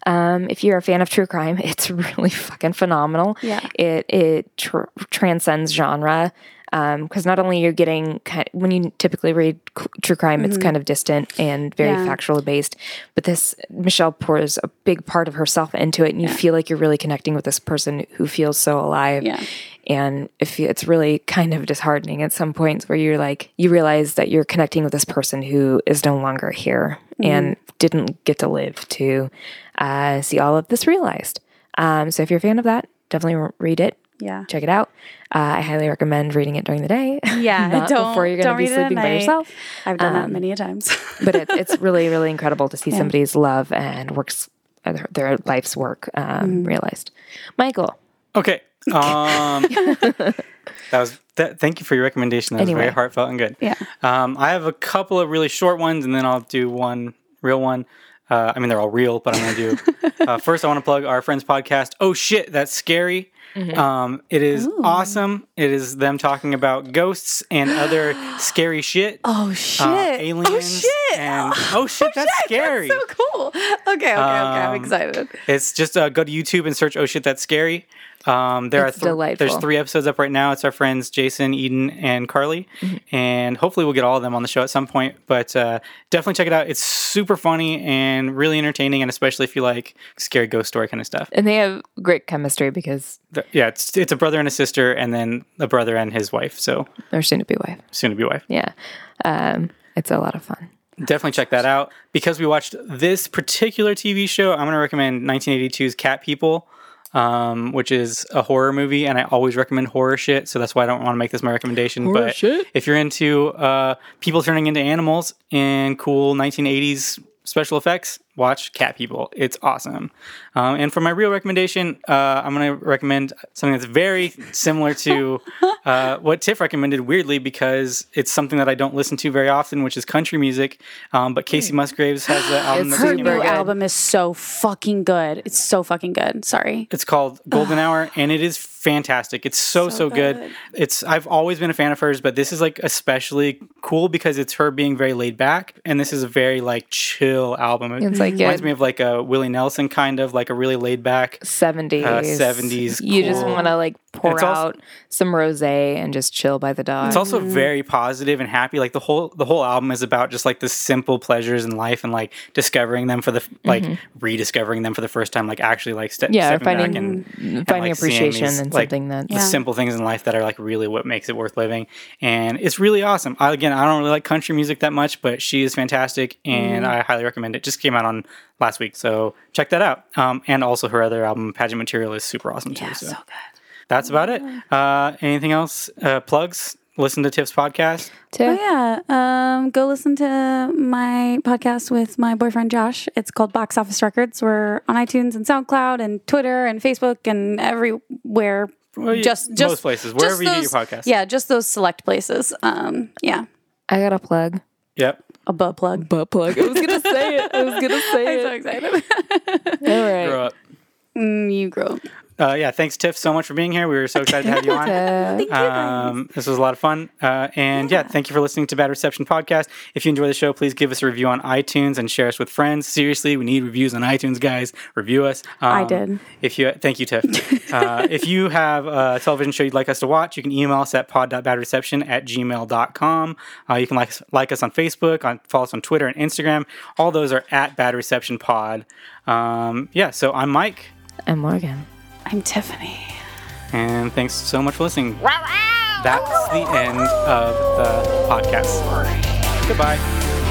Um, if you're a fan of true crime, *laughs* it's really fucking phenomenal.
Yeah.
It, it tr- transcends genre. Because not only you're getting kind when you typically read c- true crime, it's kind of distant and very
Yeah.
factual based. But this Michelle pours a big part of herself into it, and you feel like you're really connecting with this person who feels so alive.
Yeah.
And if you- it's really kind of disheartening at some points where you're like, you realize that you're connecting with this person who is no longer here and
Mm-hmm.
didn't get to live to uh, see all of this realized. Um, so if you're a fan of that, definitely re- read it.
Yeah.
Check it out. Uh, I highly recommend reading it during the day. *laughs*
Yeah,
not
don't-
before you're going
don't
to be
read it at
sleeping by
night.
yourself
I've done that many a *laughs* times.
but it, it's really really incredible to see somebody's love and works uh, their, their life's work
Mm.
um, realized michael
Okay.
*laughs*
Um, that was. That, thank you for your recommendation. That was
Anyway.
very heartfelt and good.
Yeah.
Um, I have a couple of really short ones, and then I'll do one real one. Uh, I mean, they're all real, but I'm going to do. uh, first, I want to plug our friends' podcast. Oh shit, that's scary. Um, it is awesome. It is them talking about ghosts and other scary shit.
oh shit!
uh, aliens.
Oh shit!
And, oh shit, that's
*laughs*
scary.
That's so cool. Okay, okay, okay. I'm
Um,
excited.
It's just uh, go to YouTube and search "Oh shit, that's scary." Um, there
It's
are th-
delightful.
there's three episodes up right now. It's our friends Jason, Eden, and Carly,
Mm-hmm.
and hopefully we'll get all of them on the show at some point. But uh, definitely check it out. It's super funny and really entertaining, and especially if you like scary ghost story kind of stuff.
and they have great chemistry because
Th- yeah, it's it's a brother and a sister, and then a brother and his wife. So
they're soon to be wife
soon to be wife.
yeah um, it's a lot of fun
Definitely check that out. Because we watched this particular TV show, I'm going to recommend 1982's Cat People, um, which is a horror movie, and I always recommend horror shit. So that's why I don't want to make this my recommendation. but if you're into uh, people turning into animals and cool 1980s special effects, watch Cat People. It's awesome. Um, and for my real recommendation, uh, I'm going to recommend something that's very similar to uh, what Tiff recommended, weirdly, because it's something that I don't listen to very often, which is country music. Um, but Casey Musgraves has the album
It's
that just
her
came
New
out.
good.
album is so fucking good. It's so fucking good. Sorry.
It's called *sighs* Golden Hour, and it is fantastic. It's so so, good. It's I've always been a fan of hers, but this is like especially cool because it's her being very laid back, and this is a very like chill album. It
It's like, yeah.
reminds me of like a Willie Nelson kind of like a really laid back.
70s
70s,
you just
cool.
want to like pour
It's also-
out some rose and just chill by the dog
It's also very positive and happy. Like the whole the whole album is about just like the simple pleasures in life and like discovering them for the f- like rediscovering them for the first time. Like actually like ste-
Mm-hmm. yeah or
stepping
finding
back and
finding
like, seeing
appreciation
these,
in
like,
something that
the simple things in life that are like really what makes it worth living. And it's really awesome. I, again, I don't really like country music that much, but she is fantastic and I highly recommend it. Just came out on last week. So check that out. Um, and also her other album, Pageant Material, is super awesome too. so.
So good.
that's about it. Uh, anything else? Uh, plugs? listen to Tiff's podcast?
Too.
Oh yeah. Um, go listen to my podcast with my boyfriend Josh. It's called Box Office Records. We're on iTunes and SoundCloud and Twitter and Facebook and everywhere.
Well, you-
just
most
just
places,
just
wherever you get your
those-
podcast.
Yeah, just those select places. Um, yeah.
I got a plug.
Yep.
A butt plug.
Butt plug. I was gonna say it. I was *laughs* gonna
I'm
say
so *laughs* excited.
All
Grow up.
Mm, you grow up.
Uh, yeah, thanks, Tiff, so much for being here. We were so excited to have you
*laughs*
on.
Thank you.
Um, this was a lot of fun. Uh, and yeah. thank you for listening to Bad Reception Podcast. If you enjoy the show, please give us a review on iTunes and share us with friends. Seriously, we need reviews on iTunes, guys. Review us. Um,
I did.
If you thank you, Tiff.
*laughs*
uh, if you have a television show you'd like us to watch, you can email us at pod.badreception at gmail.com. Uh, you can like us, like us on Facebook, on follow us on Twitter and Instagram. All those are at Bad Reception Pod. Um, yeah, so I'm Mike.
And Morgan.
I'm Tiffany.
And thanks so much for listening. That's the end of the podcast. Goodbye.